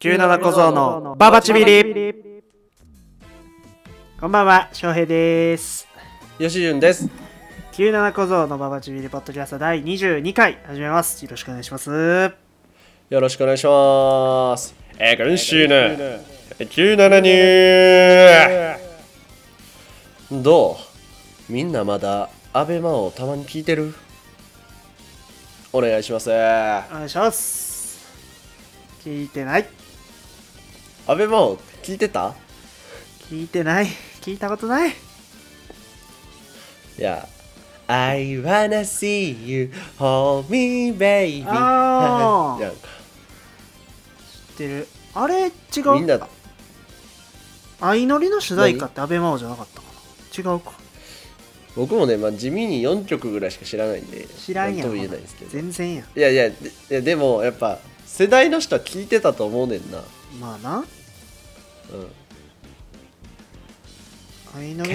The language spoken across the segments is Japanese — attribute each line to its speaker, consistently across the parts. Speaker 1: 97小僧のババチビリこんばんは、翔平です。
Speaker 2: 吉潤です。
Speaker 1: 97小僧のババチビリポッドキャスト第22回始めます。よろしくお願いします。
Speaker 2: よろしくお願いします。えー、今週の97ニューどうみんなまだアベマをたまに聞いてるお願いします。ア
Speaker 1: お願いします。聞いてない。
Speaker 2: ベマを聞いてた
Speaker 1: 聞いてない。聞いたこと ない。
Speaker 2: いや。I wanna see you, hold me, baby.
Speaker 1: あー
Speaker 2: いや
Speaker 1: 知ってる。あれ違
Speaker 2: みん
Speaker 1: う。
Speaker 2: な、
Speaker 1: 相乗りの主題歌って安倍真央じゃなかったかな。違うか。
Speaker 2: 僕もね、まあ、地味に4曲ぐらいしか知らないんで、
Speaker 1: 知らんや
Speaker 2: なん
Speaker 1: ん
Speaker 2: とも言えないんですけど。
Speaker 1: 全然やん。
Speaker 2: いやいやでいやでもやっぱ世代の人は聞いてたと思うねんな、
Speaker 1: まあな。
Speaker 2: うん、
Speaker 1: 相乗りの主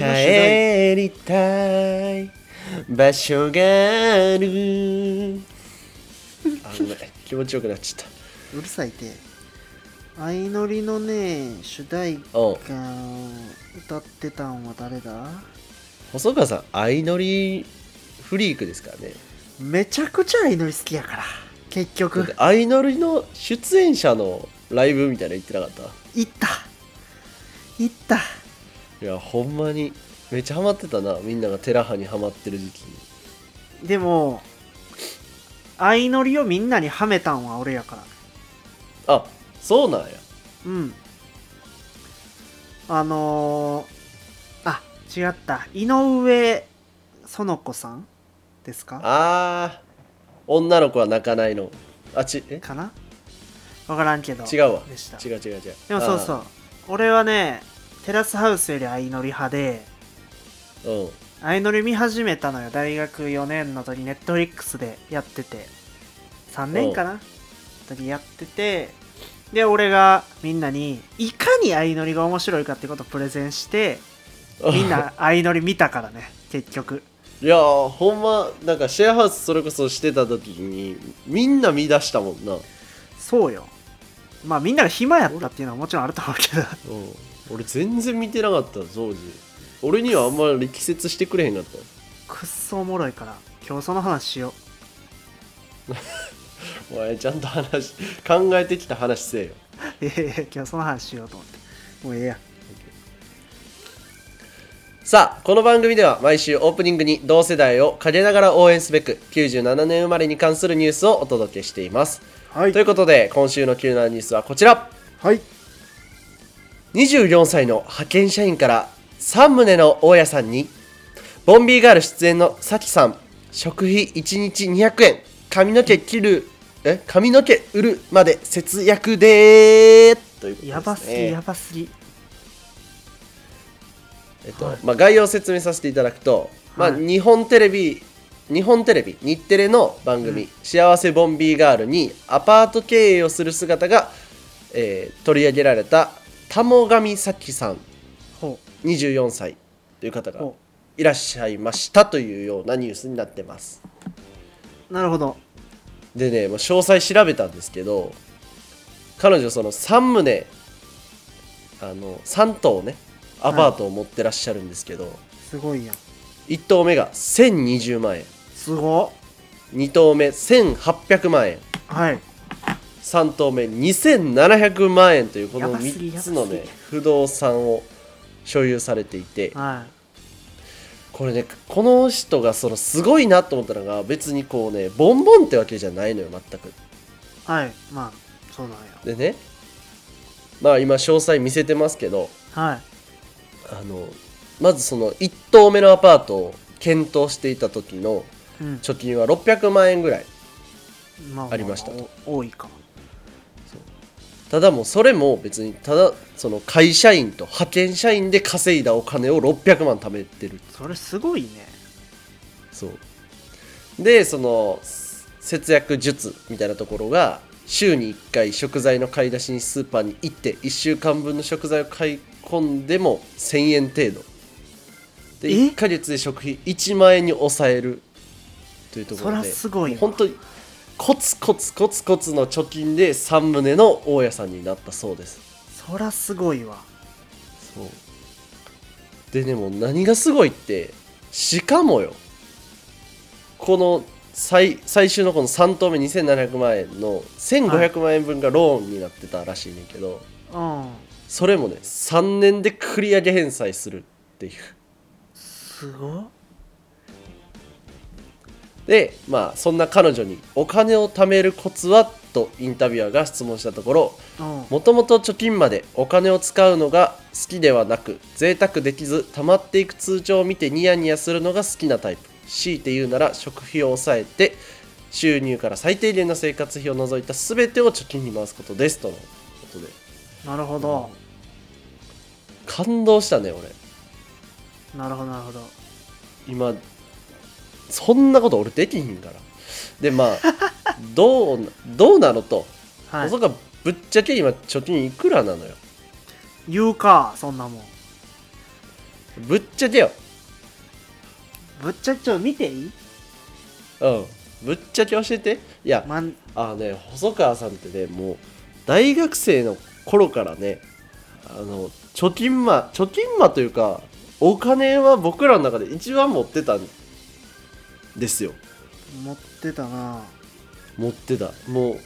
Speaker 1: 題
Speaker 2: 帰りたい場所がある あごめん気持ちよくなっちゃっ
Speaker 1: うるさいて。相乗りのね、主題歌
Speaker 2: たうん
Speaker 1: 歌ってたんは誰だ
Speaker 2: 細川さん相乗りフリークですからね
Speaker 1: めちゃくちゃ相乗り好きやから。結
Speaker 2: だっ
Speaker 1: 局
Speaker 2: て、相乗りの出演者のライブみたいなの行ってなかった
Speaker 1: 行った。行った。
Speaker 2: いやほんまにめっちゃハマってたなみんながテラハにハマってる時期に
Speaker 1: でも、相乗りをみんなにはめたんは俺やから。
Speaker 2: あそうなんや
Speaker 1: うん。あのー、あ、違った。井上園子さんですか
Speaker 2: あー女の子は泣かないのあちえ
Speaker 1: かなわからんけど。
Speaker 2: 違うわ
Speaker 1: でした。
Speaker 2: 違う違う違う
Speaker 1: でもそうそう。俺はね、テラスハウスより相乗り派で、
Speaker 2: ううん
Speaker 1: 相乗り見始めたのよ大学4年の時ネットフリックスでやってて3年かな時やっててで俺がみんなにいかに相乗りが面白いかってことをプレゼンしてみんな相乗り見たからね結局
Speaker 2: いやーほんまなんかシェアハウスそれこそしてた時にみんな見出したもんな、うん、
Speaker 1: そうよまあみんなが暇やったっていうのはもちろんあると思うけ ど
Speaker 2: 俺全然見てなかった当時俺にはあんまり力説してくれへんかった
Speaker 1: くっそおもろいから今日その話しよ
Speaker 2: お前ちゃんと話考えてきた話せえよ
Speaker 1: ういやいや今日その話しようと思ってもうええや
Speaker 2: さあこの番組では毎週オープニングに同世代を陰ながら応援すべく97年生まれに関するニュースをお届けしています
Speaker 1: は
Speaker 2: ということで今週の急なニュースはこちら
Speaker 1: はい
Speaker 2: 24歳の派遣社員から3棟の大家さんにボンビーガール出演のさきさん食費1日200円髪の毛切るえ髪の毛売るまで節約でーということです、ね、
Speaker 1: やばすぎ、やばすぎ
Speaker 2: えっとまあ、概要を説明させていただくと、
Speaker 1: はい
Speaker 2: まあ、日本テレビ日本テレビ日テレの番組「幸せボンビーガール」にアパート経営をする姿が、えー取り上げられた田母神咲さん
Speaker 1: ほ
Speaker 2: 24歳という方
Speaker 1: う
Speaker 2: が
Speaker 1: ほ
Speaker 2: いらっしゃいましたというようなニュースになってます
Speaker 1: うなるほど
Speaker 2: でね、まあ、詳細調べたんですけど彼女その3棟あの3棟ねアパートを持ってらっしゃるんですけど、
Speaker 1: すごいやん
Speaker 2: 1棟目が1020万円
Speaker 1: すご
Speaker 2: 2棟目1800万円
Speaker 1: っはい
Speaker 2: 3棟目2700万円というこ
Speaker 1: や
Speaker 2: の
Speaker 1: ばすぎ
Speaker 2: 3つの
Speaker 1: や
Speaker 2: ね
Speaker 1: ばす
Speaker 2: 不動産を所有されていて
Speaker 1: は
Speaker 2: これねこの人がそのすごいなと思ったのが別にこうねボンボンってわけじゃないのよ全く
Speaker 1: いはいまあそうなんや
Speaker 2: でねまあ今詳細見せてますけど
Speaker 1: はい
Speaker 2: あのまずその1棟目のアパートを検討していた時の
Speaker 1: うん
Speaker 2: 貯金は600万円ぐらい
Speaker 1: まあ
Speaker 2: ありましたと
Speaker 1: お多いか
Speaker 2: ただもうそれも別にただその会社員と派遣社員で稼いだお金を600万貯めてる
Speaker 1: それすごいね
Speaker 2: そうでその節約術みたいなところが週に1回食材の買い出しにスーパーに行って1週間分の食材を買い込んでも1000円程度
Speaker 1: え
Speaker 2: で1ヶ月で食費1万円に抑えるというとこ
Speaker 1: そ
Speaker 2: ろ
Speaker 1: ら
Speaker 2: です
Speaker 1: ごいわ
Speaker 2: 本当にコツコツコツコツの貯金で3棟の大家さんになったそうです
Speaker 1: そらすごいわ
Speaker 2: そうでねもう何がすごいってしかもよこの最最終のこの3投目2700万円の1500万円分がローンになってたらしいねんけど、
Speaker 1: うん
Speaker 2: それもね3年で繰り上げ返済するっていう
Speaker 1: すごっ
Speaker 2: でまあそんな彼女に「お金を貯めるコツは?」とインタビュアーが質問したところ
Speaker 1: うん
Speaker 2: もともと貯金までお金を使うのが好きではなく贅沢できず溜まっていく通帳を見てニヤニヤするのが好きなタイプ強いて言うなら食費を抑えて収入から最低限の生活費を除いた全てを貯金に回すことですとのことで
Speaker 1: なるほど
Speaker 2: 感動したね俺
Speaker 1: なるほどなるほど
Speaker 2: 今そんなこと俺できひんからでまあ どうなどうなのと、
Speaker 1: は
Speaker 2: そ
Speaker 1: い
Speaker 2: こがぶっちゃけ今貯金いくらなのよ
Speaker 1: 言うかそんなもん
Speaker 2: ぶっちゃけよ
Speaker 1: ぶっちゃけちょ見ていい
Speaker 2: うんぶっちゃけ教えていや
Speaker 1: まん
Speaker 2: あのね細川さんってねもう大学生の頃からねあの貯金魔貯金魔というかお金は僕らの中で一番持ってたんですよ
Speaker 1: 持ってたな
Speaker 2: 持ってたもう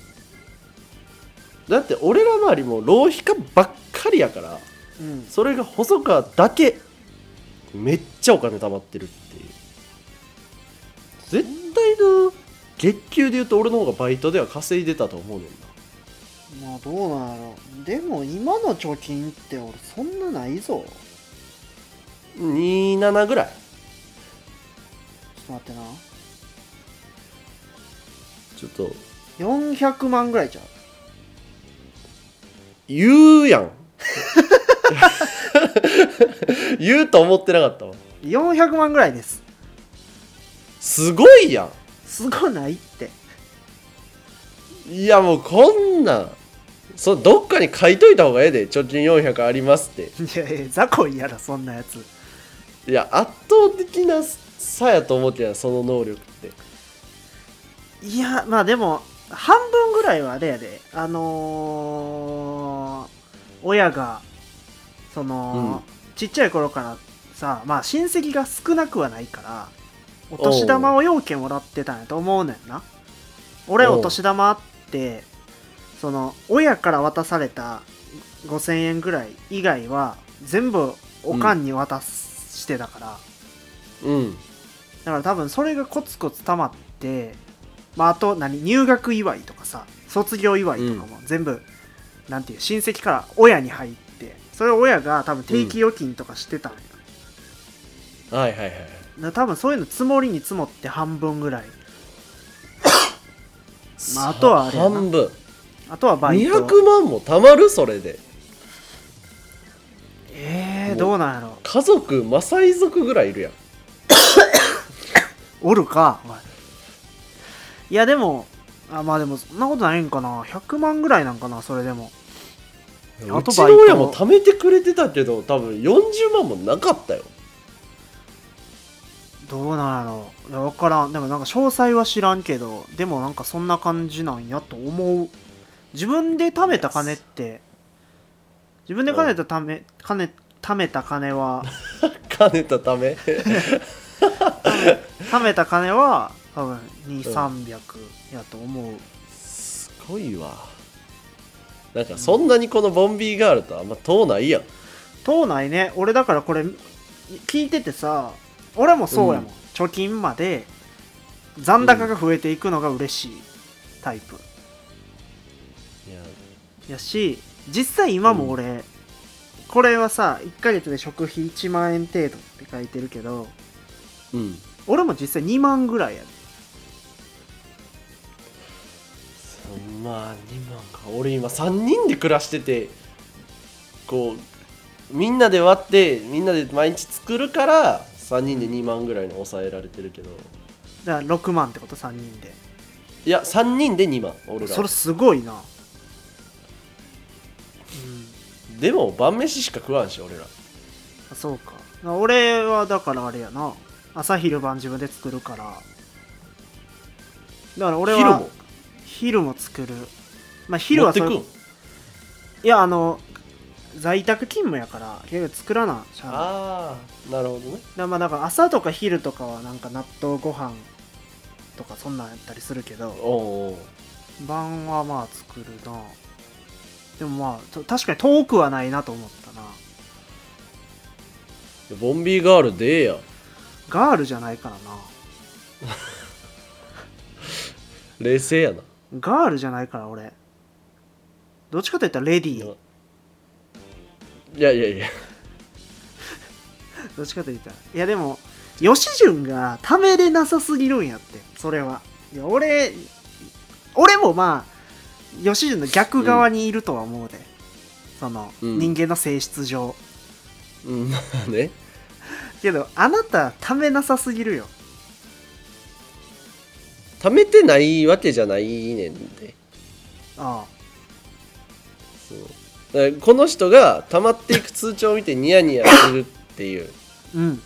Speaker 2: だって俺ら周りも浪費家ばっかりやから
Speaker 1: うん
Speaker 2: それが細川だけめっちゃお金貯まってるっていう絶対の月給で言うと俺の方がバイトでは稼いでたと思うねんな
Speaker 1: まあどうなんやろでも今の貯金って俺そんなないぞ
Speaker 2: 27ぐら
Speaker 1: ち
Speaker 2: い
Speaker 1: ょっと待ってな
Speaker 2: ちょっと
Speaker 1: 400万ぐらいじゃう
Speaker 2: 言うやん 言うと思ってなかったわ
Speaker 1: 400万ぐらいです
Speaker 2: すごいや
Speaker 1: すごないって
Speaker 2: んいやもうこんなんそどっかに書いといた方がええで貯金400ありますって
Speaker 1: いやいや雑魚いやろそんなやつ
Speaker 2: いや圧倒的な差やと思ってやその能力って
Speaker 1: いやまあでも半分ぐらいはあれやであのー親がその、ちっちゃい頃からさまあ親戚が少なくはないからお年玉を要件もらってたんやと思うねんな俺
Speaker 2: おう
Speaker 1: お年玉あってその親から渡された5000円ぐらい以外は全部おかんに渡すしてたから、
Speaker 2: うん
Speaker 1: だから多分それがコツコツ溜まって、まあ、あと何入学祝いとかさ卒業祝いとかも全部、なんていう親戚から親に入ってそれを親が多分定期預金とかしてたんよ、
Speaker 2: はいはいはい
Speaker 1: だから多分そういうの積もりに積もって半分ぐらいまああとはあれやな
Speaker 2: 半分
Speaker 1: あとはバイト
Speaker 2: 200万も貯まるそれで
Speaker 1: えー、どうなんやろ
Speaker 2: 家族マサイ族ぐらいいるやん
Speaker 1: おるかお前いやでもあまあでもそんなことないんかな100万ぐらいなんかなそれでもあとバイト
Speaker 2: うちの親も貯めてくれてたけど多分40万もなかったよ
Speaker 1: どうなんやろういや分からんでもなんか詳細は知らんけどでもなんかそんな感じなんやと思う自分で貯めた金って自分で金たため金貯めた金は
Speaker 2: 金たため
Speaker 1: 貯めた金は多分
Speaker 2: うん
Speaker 1: 2300やと思う
Speaker 2: すごいわなんかそんなにこのボンビーガールとあんま遠ないやん
Speaker 1: 党内ね俺だからこれ聞いててさ俺もそうやもん、
Speaker 2: うん
Speaker 1: 貯金まで残高が増えていくのが嬉しいタイプ、
Speaker 2: いや
Speaker 1: やし実際今も俺、これはさ1ヶ月で食費1万円程度って書いてるけど
Speaker 2: うん
Speaker 1: 俺も実際2万ぐらいやで
Speaker 2: まあ2万か俺今3人で暮らしててこうみんなで割ってみんなで毎日作るから3人で2万ぐらいに抑えられてるけど
Speaker 1: だから6万ってこと3人で
Speaker 2: いや3人で2万俺ら
Speaker 1: それすごいな
Speaker 2: でも晩飯しか食わんし俺ら
Speaker 1: うんあそうか俺はだからあれやな朝昼晩自分で作るからだから俺は
Speaker 2: 昼も
Speaker 1: 昼も作るまあ昼
Speaker 3: 持
Speaker 1: は
Speaker 3: って
Speaker 1: そ
Speaker 3: く
Speaker 1: れ
Speaker 3: ん
Speaker 1: いやあの在宅勤務やから結局作らなしゃあない
Speaker 2: ああなるほどね
Speaker 1: だまあだから朝とか昼とかはなんか納豆ご飯とかそんなんやったりするけど
Speaker 2: おう
Speaker 1: 晩はまあ作るなでもまあちょ確かに遠くはないなと思ったな
Speaker 2: おうボンビーガールでええやん
Speaker 1: ガールじゃないからな
Speaker 2: 冷静やな
Speaker 1: ガールじゃないから俺どっちかといったらレディー
Speaker 2: いやいやいや
Speaker 1: どっちかといったらいやでも吉純がためれなさすぎるんやってそれはいや俺俺もまあ吉純の逆側にいるとは思うで、その、
Speaker 2: うん
Speaker 1: 人間の性質上
Speaker 2: うん まあね
Speaker 1: けどあなたためなさすぎるよ
Speaker 2: 貯めてないわけじゃないねんで
Speaker 1: あ
Speaker 2: そうだからこの人が溜まっていく通帳を見てニヤニヤするっていう
Speaker 1: あうん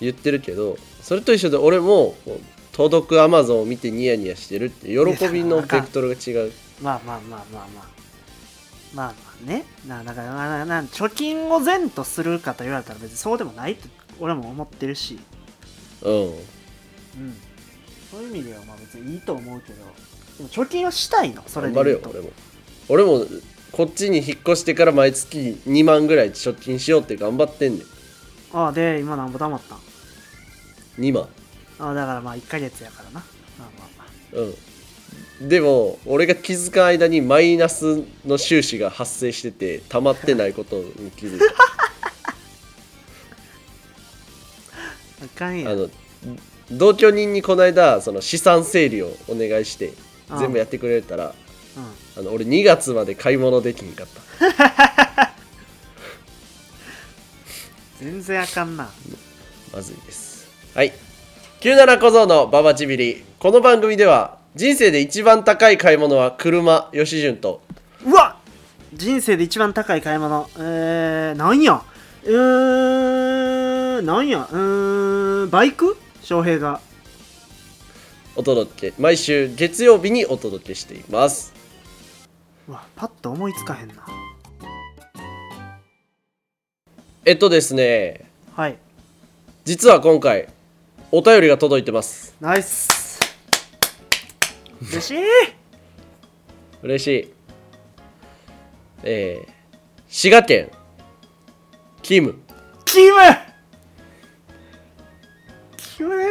Speaker 2: 言ってるけどそれと一緒で俺もこう届くアマゾンを見てニヤニヤしてるって喜びのベクトルが違う
Speaker 1: まあまあまあまあまあまあまあねなだからなな貯金を善とするかと言われたら別にそうでもないと俺も思ってるし
Speaker 2: うん
Speaker 1: うんそういう意味ではまあ別にいいと思うけどでも貯金はしたいのそれ
Speaker 2: 頑
Speaker 1: で
Speaker 2: 張る
Speaker 1: 言う
Speaker 2: よ
Speaker 1: と
Speaker 2: 俺も俺もこっちに引っ越してから毎月2万ぐらい貯金しようって頑張ってんね
Speaker 1: ああで今なんぼ黙ったん
Speaker 2: ん2万
Speaker 1: ああだからまあ1ヶ月やからなまあまあまあ
Speaker 2: うんでも俺が気づかん間にマイナスの収支が発生してて溜まってないことに気 づいた
Speaker 1: あかんや
Speaker 2: あの同居人にこの間その資産整理をお願いして
Speaker 1: ああ
Speaker 2: 全部やってくれたら
Speaker 1: うん
Speaker 2: あの俺2月まで買い物できんかった
Speaker 1: 全然あかんな
Speaker 2: まずいですはい97小僧のババチビリこの番組では人生で一番高い買い物は車吉純と
Speaker 1: うわ人生で一番高い買い物。えー、なんやうーん、なんやうーん、バイク翔平が。
Speaker 2: お届け毎週月曜日にお届けしています
Speaker 1: うわ、パッと思いつかへんな。
Speaker 2: えっとですね
Speaker 1: はい、
Speaker 2: 実は今回お便りが届いてます
Speaker 1: ナイス嬉しい
Speaker 2: 嬉しいえー、滋賀県キム
Speaker 1: キムキムね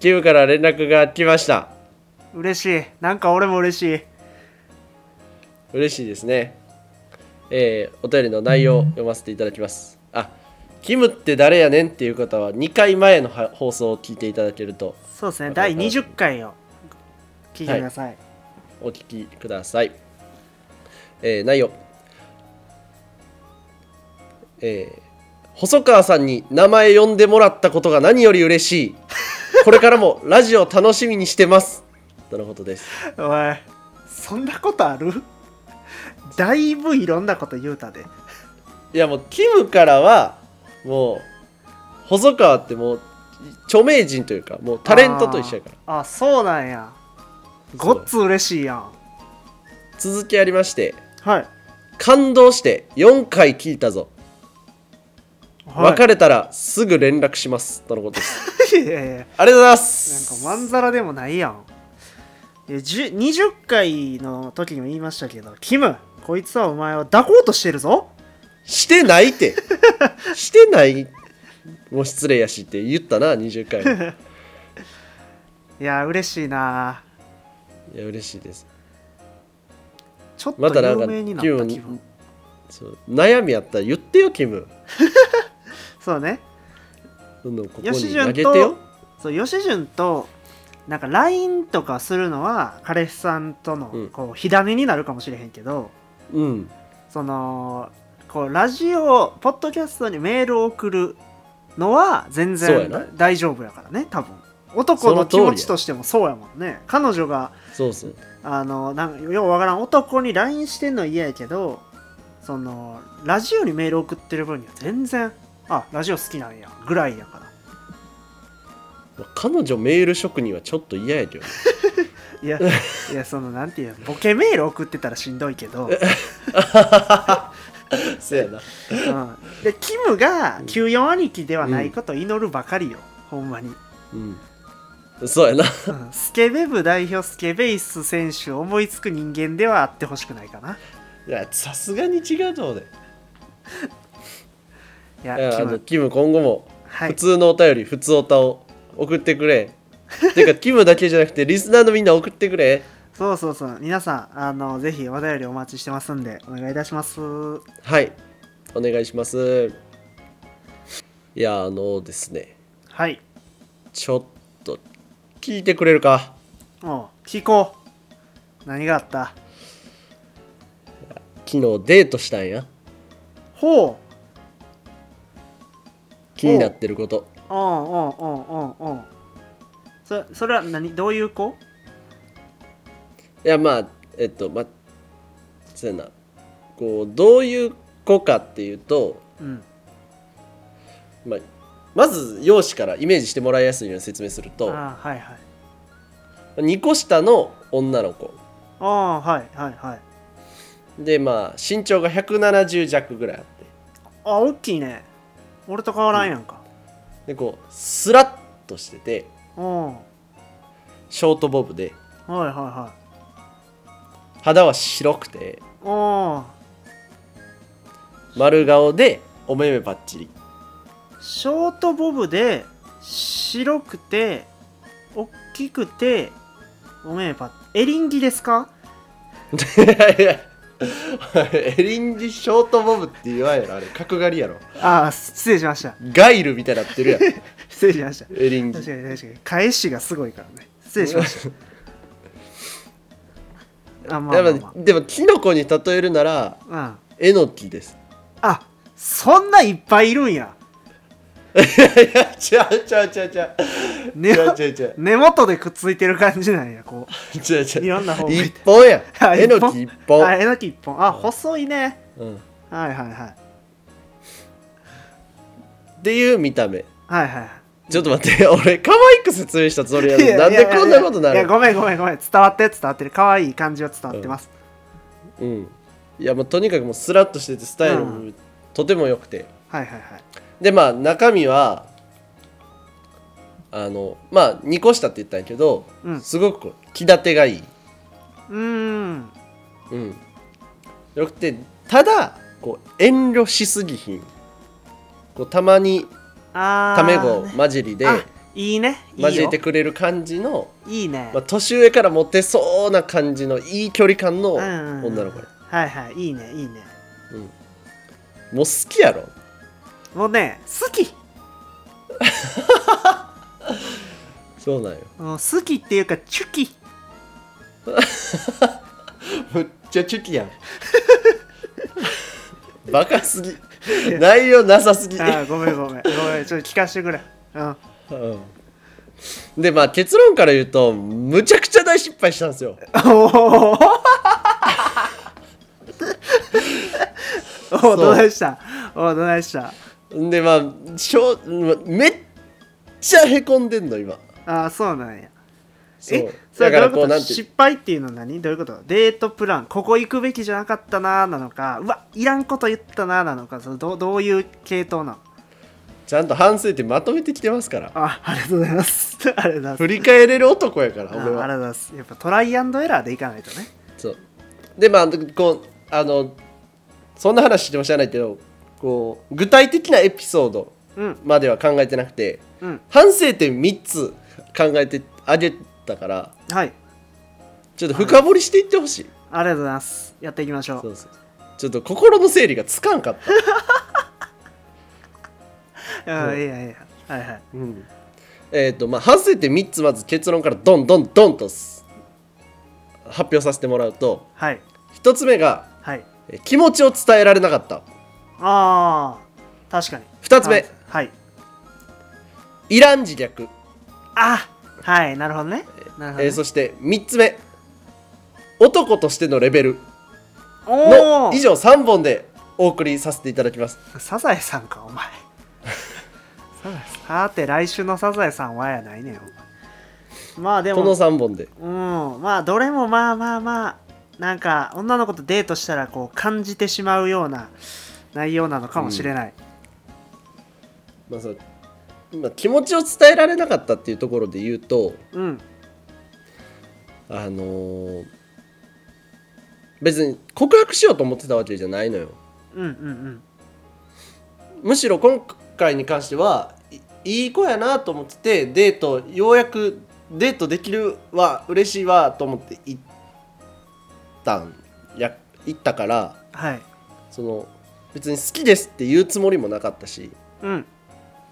Speaker 2: キムから連絡が来ました
Speaker 1: ー嬉しい。なんか俺も嬉しい。
Speaker 2: 嬉しいですねえーお便りの内容を読ませていただきますあキムって誰やねんっていう方は2回前のは放送を聞いていただけると
Speaker 1: そうですね、
Speaker 2: わか
Speaker 1: 第
Speaker 2: る
Speaker 1: 20回を聞いてください。
Speaker 2: お聞きください、えー内容えー細川さんに名前呼んでもらったことが何より嬉しいこれからもラジオ楽しみにしてますとのことです
Speaker 1: おい、そんなことある だいぶいろんなこと言うたで。
Speaker 2: いやもうキムからはもう細川ってもう著名人というかもうタレントと一緒やから
Speaker 1: あーあそうなんやごっつ嬉しいやん
Speaker 2: 続きありまして
Speaker 1: はい、
Speaker 2: 感動して4回聞いたぞ、別れたらすぐ連絡しますとのことで す
Speaker 1: いいやいやいや
Speaker 2: ありがとう
Speaker 1: な
Speaker 2: ございま
Speaker 1: んか
Speaker 2: す
Speaker 1: まんざらでもないやんいや10 20回の時にも言いましたけどキムこいつはお前を抱こうとしてるぞ
Speaker 2: してないって してないもう失礼やしって言ったな20回 も
Speaker 1: いや嬉しいない
Speaker 2: や嬉しいです
Speaker 1: ちょっと
Speaker 2: またなん
Speaker 1: 有
Speaker 2: か
Speaker 1: 名になっ
Speaker 2: キム
Speaker 1: た気分、
Speaker 2: そう悩みあったら言ってよキム
Speaker 1: そうね
Speaker 2: どんどんここ
Speaker 1: よし
Speaker 2: に
Speaker 1: じゅ
Speaker 2: 投
Speaker 1: ん
Speaker 2: げてよ
Speaker 1: とそうよしじゅんとなんか LINE とかするのは彼氏さんと
Speaker 2: う
Speaker 1: の
Speaker 2: ん
Speaker 1: こう火種になるかもしれへんけど、
Speaker 2: うん
Speaker 1: そのこうラジオポッドキャストにメールを送るのは全
Speaker 2: そうやな
Speaker 1: 然大丈夫やからね多分男の気持ちとしてもそうやもんね彼女が
Speaker 2: そうそう
Speaker 1: あのなんようわからん男に LINE してんの嫌やけどそのラジオにメール送ってる分には全然あラジオ好きなんやぐらいやから
Speaker 2: まあ彼女メール職人はちょっと嫌やけどね
Speaker 1: い やいやそのなんていうのボケメール送ってたらしんどいけ ど、うん、
Speaker 2: そうやな。
Speaker 1: でキムが94兄貴ではないことを祈るばかりよ、ほんまに、
Speaker 2: うん。そうやな。
Speaker 1: うんスケベ部代表スケベイス選手を思いつく人間ではあってほしくないかない
Speaker 2: や、さすがに違うと思うで。
Speaker 1: い
Speaker 2: い
Speaker 1: や
Speaker 2: や
Speaker 1: キ
Speaker 2: あの
Speaker 1: ム
Speaker 2: キム、今後も
Speaker 1: は
Speaker 2: 普
Speaker 1: い
Speaker 2: 通のお便り、普通おたを送ってくれ。てか、キムだけじゃなくて、リスナーのみんな送ってくれ。
Speaker 1: そうそうそう皆さんあのぜひお便りお待ちしてますんでお願いいたしますは
Speaker 2: はい。お願いします。いや、あのですね、
Speaker 1: い
Speaker 2: ちょっと聞いてくれるか。
Speaker 1: もう聞こう何があった
Speaker 2: 昨日デートしたんや。
Speaker 1: ほう
Speaker 2: 気になってること。
Speaker 1: うんうんうんうんうんそそれは何どういう子
Speaker 2: いやまあえっとまあそうやなこうどういう子かっていうと、
Speaker 1: うん
Speaker 2: まあ、まず容姿からイメージしてもらいやすいように説明すると
Speaker 1: あーはいはい
Speaker 2: 2個下の女の子
Speaker 1: ああはいはいはい
Speaker 2: でまあ身長が170弱ぐらいあって
Speaker 1: あ大きいね俺と変わらんやんか
Speaker 2: でこうスラッとしてて
Speaker 1: うんはい
Speaker 2: ショートボブで
Speaker 1: はいはい
Speaker 2: 肌は白くて
Speaker 1: うん
Speaker 2: 丸顔でお目目ばっちり
Speaker 1: ショートボブで白くて大きくてごめんパエリンギですか
Speaker 2: エリンギショートボブって言わんやろあれ角刈りやろ
Speaker 1: ああ失礼しました
Speaker 2: ガイルみたいになってるやん
Speaker 1: 失礼しました
Speaker 2: エリンギ
Speaker 1: 確かに確かに返しがすごいからね失礼しました あまあ
Speaker 2: で
Speaker 1: まあ、
Speaker 2: も、
Speaker 1: ま
Speaker 2: でもキノコに例えるなら
Speaker 1: あ、うん
Speaker 2: えのきです。
Speaker 1: あそんないっぱいいるんや
Speaker 2: いやいや、ちゃうちゃうちゃうちゃう。
Speaker 1: 根
Speaker 2: ちゃ
Speaker 1: も
Speaker 2: うちゃうちゃう。
Speaker 1: 根元でくっついてる感じなんやこう
Speaker 2: ちゃうちゃう。
Speaker 1: いろんな方向
Speaker 2: 一本や
Speaker 1: あ。
Speaker 2: え
Speaker 1: 一本
Speaker 2: のき一
Speaker 1: あ
Speaker 2: 本。
Speaker 1: えのき一本あ細いね
Speaker 2: うんっ
Speaker 1: はいはいはい
Speaker 2: ていう見た目。
Speaker 1: はいはいはい
Speaker 2: ちょっと待って、 俺、可愛く説明したつもりやの になんでこんなことない
Speaker 1: やいやいやいや
Speaker 2: るの
Speaker 1: ごめんごめんごめん伝わって伝わってる可愛い感じは伝わってます、
Speaker 2: うん。いや、もうとにかくもうスラッとしてて、スタイル
Speaker 1: う
Speaker 2: もとても良くて。
Speaker 1: はいはいはい
Speaker 2: で、まあ、中身は、あの、まあ、2個下って言ったんやけど
Speaker 1: う、ん
Speaker 2: すごくこう気立てがいい。
Speaker 1: うーん
Speaker 2: うん、よくてただこう遠慮しすぎひんこうたまに
Speaker 1: あー
Speaker 2: タメ語混じりで
Speaker 1: あいいねいいよ
Speaker 2: 混じれてくれる感じの
Speaker 1: いいね、
Speaker 2: まあ、年上からモテそうな感じのいい距離感の
Speaker 1: うん
Speaker 2: 女の子や、
Speaker 1: はいはいいいねいいね
Speaker 2: もう好きやろ
Speaker 1: もうね好き
Speaker 2: そうなんよ
Speaker 1: もう好きっていうかチュキ
Speaker 2: むっちゃチュキやん バカすぎ内容なさすぎ
Speaker 1: あーごめんごめんごめんちょっと聞かせてくれうん
Speaker 2: うんでまあ結論から言うとむちゃくちゃ大失敗したんですよ
Speaker 1: おー おー
Speaker 2: う
Speaker 1: どないしたおーどないした
Speaker 2: でまあしょうめっちゃへこんでんの今
Speaker 1: ああそうなんや
Speaker 2: そう
Speaker 1: えそれ
Speaker 2: だか
Speaker 1: は
Speaker 2: ら
Speaker 1: どういう
Speaker 2: こ
Speaker 1: うこ
Speaker 2: な
Speaker 1: と
Speaker 2: んて
Speaker 1: 失敗っていうのは何どういうことデートプランここ行くべきじゃなかったなーなのかうわいらんこと言ったなーなのかそのどうどういう系統なの
Speaker 2: ちゃんと反省ってまとめてきてますから
Speaker 1: あありがとうございます ありがとうございます
Speaker 2: 振り返れる男やから
Speaker 1: あありが
Speaker 2: 俺
Speaker 1: と
Speaker 2: は
Speaker 1: うございますやっぱトライアンドエラーでいかないとね
Speaker 2: そうでまあこうあのそんな話しても知らないけどこう具体的なエピソード
Speaker 1: うん
Speaker 2: までは考えてなくて
Speaker 1: うん
Speaker 2: 反省点3つ考えてあげたから
Speaker 1: はい
Speaker 2: ちょっと深掘りしていってほしい、
Speaker 1: ありがとうございますやっていきましょ
Speaker 2: そううそうちょっと心の整理がつかんかった
Speaker 1: うんいいやいいやはいはい
Speaker 2: うんえっ、とまあ反省点3つまず結論からどんどんどんとす発表させてもらうと
Speaker 1: はい
Speaker 2: 1つ目が
Speaker 1: はい
Speaker 2: えー気持ちを伝えられなかった
Speaker 1: あー確かに
Speaker 2: 二つ目
Speaker 1: はい
Speaker 2: イラン自虐、
Speaker 1: あはいなるほどねなるほど、
Speaker 2: え
Speaker 1: ね
Speaker 2: ーそして3つ目男としてのレベル
Speaker 1: お
Speaker 2: の
Speaker 1: お
Speaker 2: 以上3本でお送りさせていただきます
Speaker 1: サザエさんかお前サザエさんさて来週のサザエさんはやないねんお前まあで
Speaker 2: こ
Speaker 1: も
Speaker 2: の3本で
Speaker 1: うんまあどれもまあまあまあなんか女の子とデートしたらこう感じてしまうような内容なのかもしれない、
Speaker 2: まあそうまあ、気持ちを伝えられなかったっていうところで言うと
Speaker 1: うん、
Speaker 2: あのー別に告白しようと思ってたわけじゃないのよ
Speaker 1: うんうん
Speaker 2: むしろ今回に関してはいいい子やなと思っててデートようやくデートできるわ嬉しいわと思って行ったんや行ったから
Speaker 1: はい
Speaker 2: その別に好きですって言うつもりもなかったし
Speaker 1: うん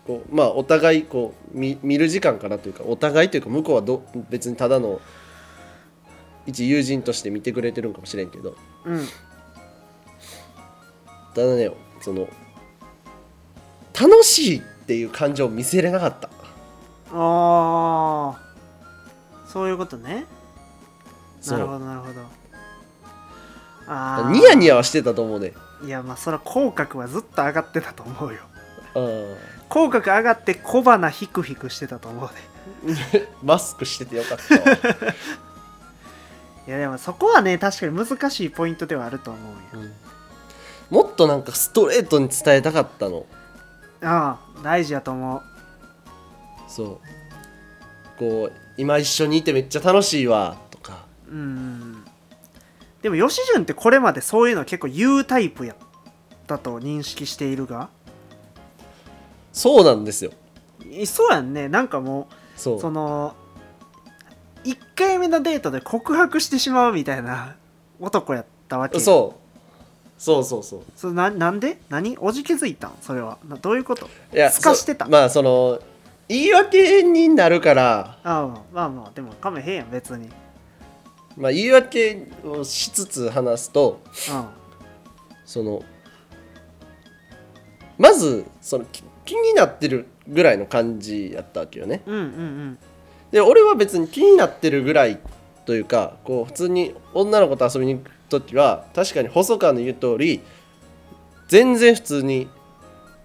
Speaker 2: こうまあお互いこう見見る時間かなというかお互いというか向こうはど別にただの一友人として見てくれてるんかもしれんけど
Speaker 1: うん
Speaker 2: ただねその楽しいっていう感情を見せれなかった
Speaker 1: ああそういうことね
Speaker 2: そ
Speaker 1: な
Speaker 2: う
Speaker 1: るほどなるほどああ
Speaker 2: ニヤニヤはしてたと思うね
Speaker 1: いやまあそれは口角はずっと上がってたと思うよ
Speaker 2: うん
Speaker 1: 口角上がって小鼻ヒクヒクしてたと思うで
Speaker 2: マスクしててよかったわ、
Speaker 1: いやでもそこはね確かに難しいポイントではあると思うよ
Speaker 2: うんもっとなんかストレートに伝えたかったの
Speaker 1: ああ大事やと思う
Speaker 2: そうこう今一緒にいてめっちゃ楽しいわとか
Speaker 1: うんでも吉純ってこれまでそういうの結構言うタイプやったと認識しているが
Speaker 2: そうなんですよ
Speaker 1: いそうやんねなんかも
Speaker 2: そうう
Speaker 1: その1回目のデートで告白してしまうみたいな男やったわけう
Speaker 2: そうそうそうそう
Speaker 1: それななんで何おじ気づいたんそれはなどういうこと
Speaker 2: いや
Speaker 1: すかしてた
Speaker 2: そまあその言い訳になるから、
Speaker 1: ああまあまあでもかめへんやん別にうん
Speaker 2: まあ、言い訳をしつつ話すとそのまずそのき気になってるぐらいの感じやったわけよね
Speaker 1: うんうん
Speaker 2: で俺は別に気になってるぐらいというかこう普通に女の子と遊びに行く時は確かに細川の言う通り全然普通に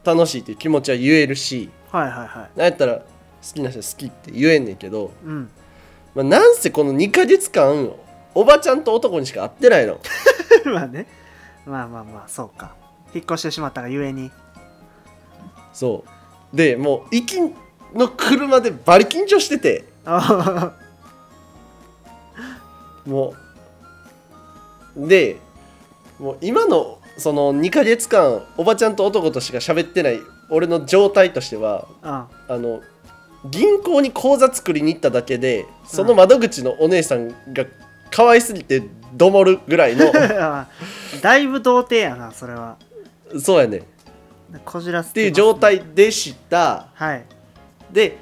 Speaker 2: 楽しいっていう気持ちは言えるし
Speaker 1: うんはいはいはい
Speaker 2: なんやったら好きな人好きって言えんねんけど、
Speaker 1: うん
Speaker 2: まあ、なんせこの2ヶ月間おばちゃんと男にしか会ってないの
Speaker 1: まあねまあまあまあそうか引っ越してしまったがゆえ に
Speaker 2: そうでもう行きの車でバリ緊張してて
Speaker 1: あ
Speaker 2: もうでもう今のその2ヶ月間おばちゃんと男としか喋ってない俺の状態としては
Speaker 1: あ
Speaker 2: あの銀行に口座作りに行っただけでその窓口のお姉さんが可愛すぎてどもるぐら いの
Speaker 1: だいぶ童貞やなそれは
Speaker 2: そうやねんっ
Speaker 1: こじらせ
Speaker 2: ていう
Speaker 1: ますね
Speaker 2: 状態でした
Speaker 1: はい
Speaker 2: で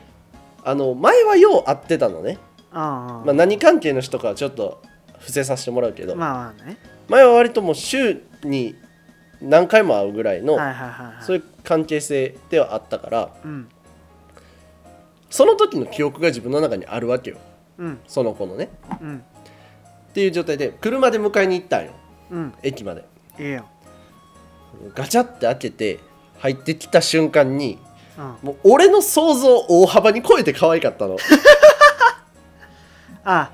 Speaker 2: あの前はよう会ってたのね、
Speaker 1: ああ
Speaker 2: まあ、何関係の人かはちょっと伏せさせてもらうけど、
Speaker 1: まあまあね
Speaker 2: 前は割ともう週に何回も会うぐらいの、
Speaker 1: はいはいはいはい
Speaker 2: そういう関係性ではあったから
Speaker 1: うん
Speaker 2: その時の記憶が自分の中にあるわけよ
Speaker 1: うん
Speaker 2: その子のね
Speaker 1: うん
Speaker 2: っていう状態で車で迎えに行ったんよ
Speaker 1: うん
Speaker 2: 駅まで
Speaker 1: いいよ
Speaker 2: ガチャって開けて入ってきた瞬間に
Speaker 1: うん
Speaker 2: もう俺の想像を大幅に超えて可愛 かったの
Speaker 1: あ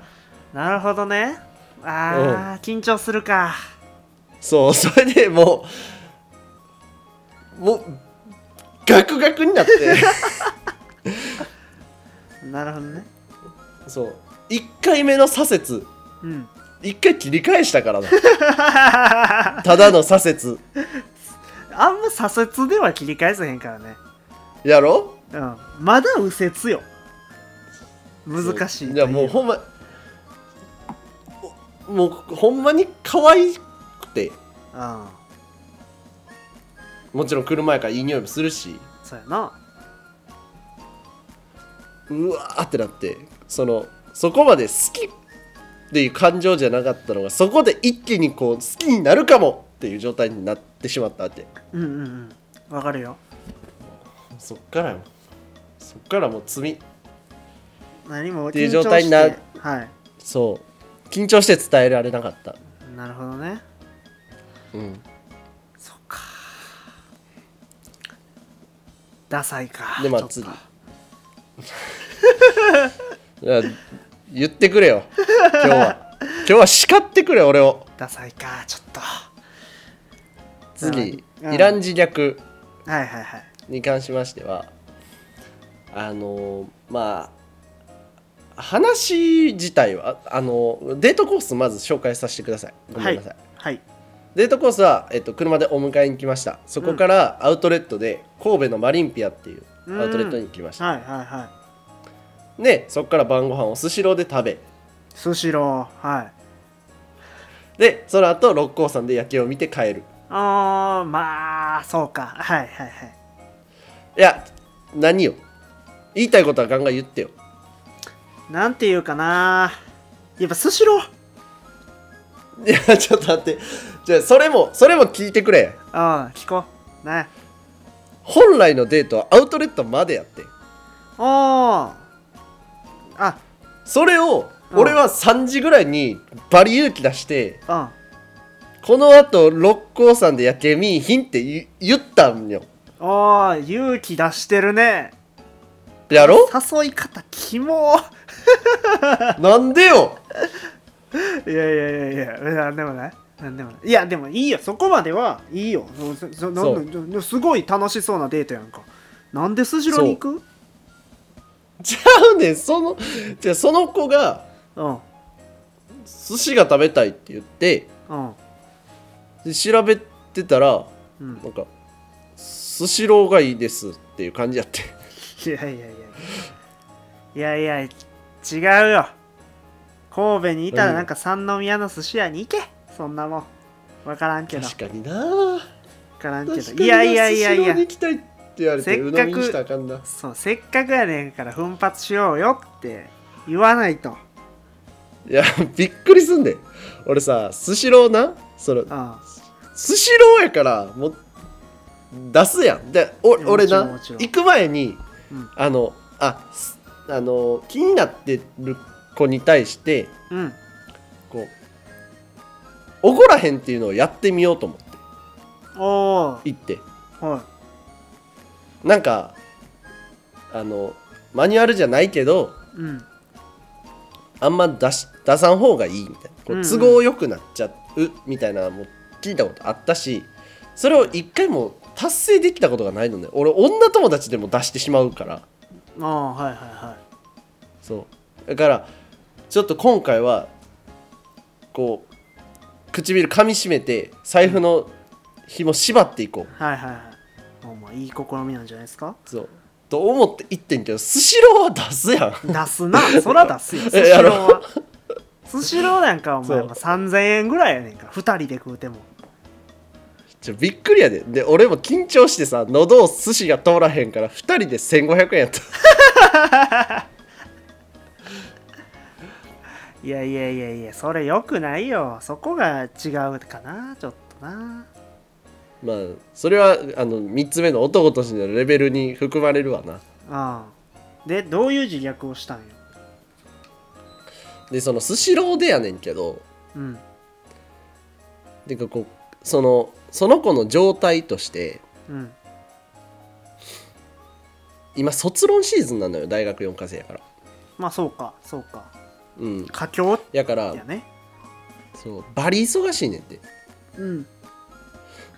Speaker 1: なるほどねああ緊張するか
Speaker 2: そうそれでもうもうガクガクになって
Speaker 1: なるほどね
Speaker 2: そう1回目の左折
Speaker 1: うん
Speaker 2: 1回切り返したからな
Speaker 1: あ
Speaker 2: ただの左折
Speaker 1: んま左折では切り返せへんからね
Speaker 2: やろ
Speaker 1: うんまだ右折よ難しい
Speaker 2: いやもうほんまおもうほんまに可愛くて
Speaker 1: うん
Speaker 2: もちろん車やからいい匂いもするし
Speaker 1: そうやな
Speaker 2: うわーってなってそのそこまで好きっていう感情じゃなかったのがそこで一気にこう好きになるかもっていう状態になってしまったわけ
Speaker 1: うんうんうんわかるよ
Speaker 2: そっからよそっからもう罪
Speaker 1: 何も緊張して
Speaker 2: っていう状態にな
Speaker 1: はい
Speaker 2: そう緊張して伝えられなかった
Speaker 1: なるほどね
Speaker 2: うん
Speaker 1: そっかダサいか
Speaker 2: でま
Speaker 1: ち
Speaker 2: あ
Speaker 1: ょっと
Speaker 2: 次や言ってくれよ今日は今日は叱ってくれ俺を
Speaker 1: ダサいかちょっとは
Speaker 2: 次、
Speaker 1: うん
Speaker 2: イラン自虐
Speaker 1: いはいはい
Speaker 2: に関しましてはあのまあ話自体はあのデートコースまず紹介させてくださいごめんなさい、
Speaker 1: はい
Speaker 2: デートコースは、えっと、車でお迎えに来ましたそこからアウトレットで神戸のマリンピアっていうアウトレットに行きました、
Speaker 1: はいはいは
Speaker 2: でそこから晩ご飯をスシローで食べ
Speaker 1: いスシローはい
Speaker 2: でその後六甲山で夜景を見て帰る
Speaker 1: あーまあそうかはいはいはい
Speaker 2: いや何よ言いたいことはガンガン言ってよ
Speaker 1: なんていうかなやっぱスシロー
Speaker 2: いやちょっと待ってじゃあそれもそれも聞いてくれ
Speaker 1: うん聞こうね
Speaker 2: 本来のデートはアウトレットまでやって
Speaker 1: おーあ
Speaker 2: それを
Speaker 1: うん
Speaker 2: 俺は3時ぐらいにバリ勇気出して、
Speaker 1: うん
Speaker 2: このあと六甲山で夜景見いひんって言言ったんよ
Speaker 1: おー勇気出してるね
Speaker 2: やろ
Speaker 1: 誘い方キモ
Speaker 2: なんでよ
Speaker 1: いやいやいやいやなんでもないなんでもないいやでもいいよそこまではいいよそそそなんですごい楽しそうなデートやんかなんでスシローに行く
Speaker 2: ちゃうねんそのじゃあその子が
Speaker 1: うん
Speaker 2: 寿司が食べたいって言って
Speaker 1: うん
Speaker 2: で調べてたら
Speaker 1: うん
Speaker 2: なんか「スシローがいいです」っていう感じやって
Speaker 1: いやいやいやいやいや違うよ神戸にいたらなんか三宮の寿司屋に行けそんなもん分からんけど分
Speaker 2: 確かにな
Speaker 1: からんけ
Speaker 2: 確かに
Speaker 1: どいやいやいやい
Speaker 2: スシローに
Speaker 1: や
Speaker 2: 行きたいって言われて
Speaker 1: せっ
Speaker 2: う
Speaker 1: かく
Speaker 2: のみにしたらあかんな
Speaker 1: そうせっかくやねんから奮発しようよって言わないと
Speaker 2: いやびっくりすんで俺さスシローなその
Speaker 1: うん
Speaker 2: スシローやからもう出すやんでお
Speaker 1: いや
Speaker 2: 俺
Speaker 1: も
Speaker 2: な
Speaker 1: ちろんもちろん
Speaker 2: 行く前に、
Speaker 1: うん
Speaker 2: あのあすあの気になってる子に対して
Speaker 1: うん
Speaker 2: こうおごらへんっていうのをやってみようと思って
Speaker 1: おー
Speaker 2: 行って
Speaker 1: はい
Speaker 2: なんかあのマニュアルじゃないけど
Speaker 1: うん
Speaker 2: あんま出し出さん方がいいみたいなこ
Speaker 1: うんう
Speaker 2: うん都合よくなっちゃうみたいなのも聞いたことあったしそれを一回も達成できたことがないのね俺女友達でも出してしまうから
Speaker 1: ああはいはいはい
Speaker 2: そうだからちょっと今回はこう唇噛みしめて財布の紐縛っていこう
Speaker 1: はいはいはいもうもういい試みなんじゃないですか
Speaker 2: そうと思って言ってんけどスシローは出すやん
Speaker 1: 出す なそら出すよスシロ
Speaker 2: えや
Speaker 1: ー
Speaker 2: ろ
Speaker 1: はスシローなんかお前
Speaker 2: そう
Speaker 1: まあ3000円ぐらいやねんから2人で食うても
Speaker 2: ちょびっくりやでで俺も緊張してさ喉を寿司が通らへんから2人で1500円やった
Speaker 1: いやいやいやいやそれよくないよそこが違うかなちょっとな
Speaker 2: まあそれはあの3つ目の男としてのレベルに含まれるわな
Speaker 1: うんでどういう自虐をしたんよ
Speaker 2: でそのスシローでやねんけど
Speaker 1: うん
Speaker 2: てかこうそのその子の状態として
Speaker 1: うん
Speaker 2: 今卒論シーズンなのよ大学4科生やから
Speaker 1: まあそうかそうか
Speaker 2: うん
Speaker 1: 佳境
Speaker 2: やから
Speaker 1: やね
Speaker 2: そうバリ忙しいねんって
Speaker 1: うん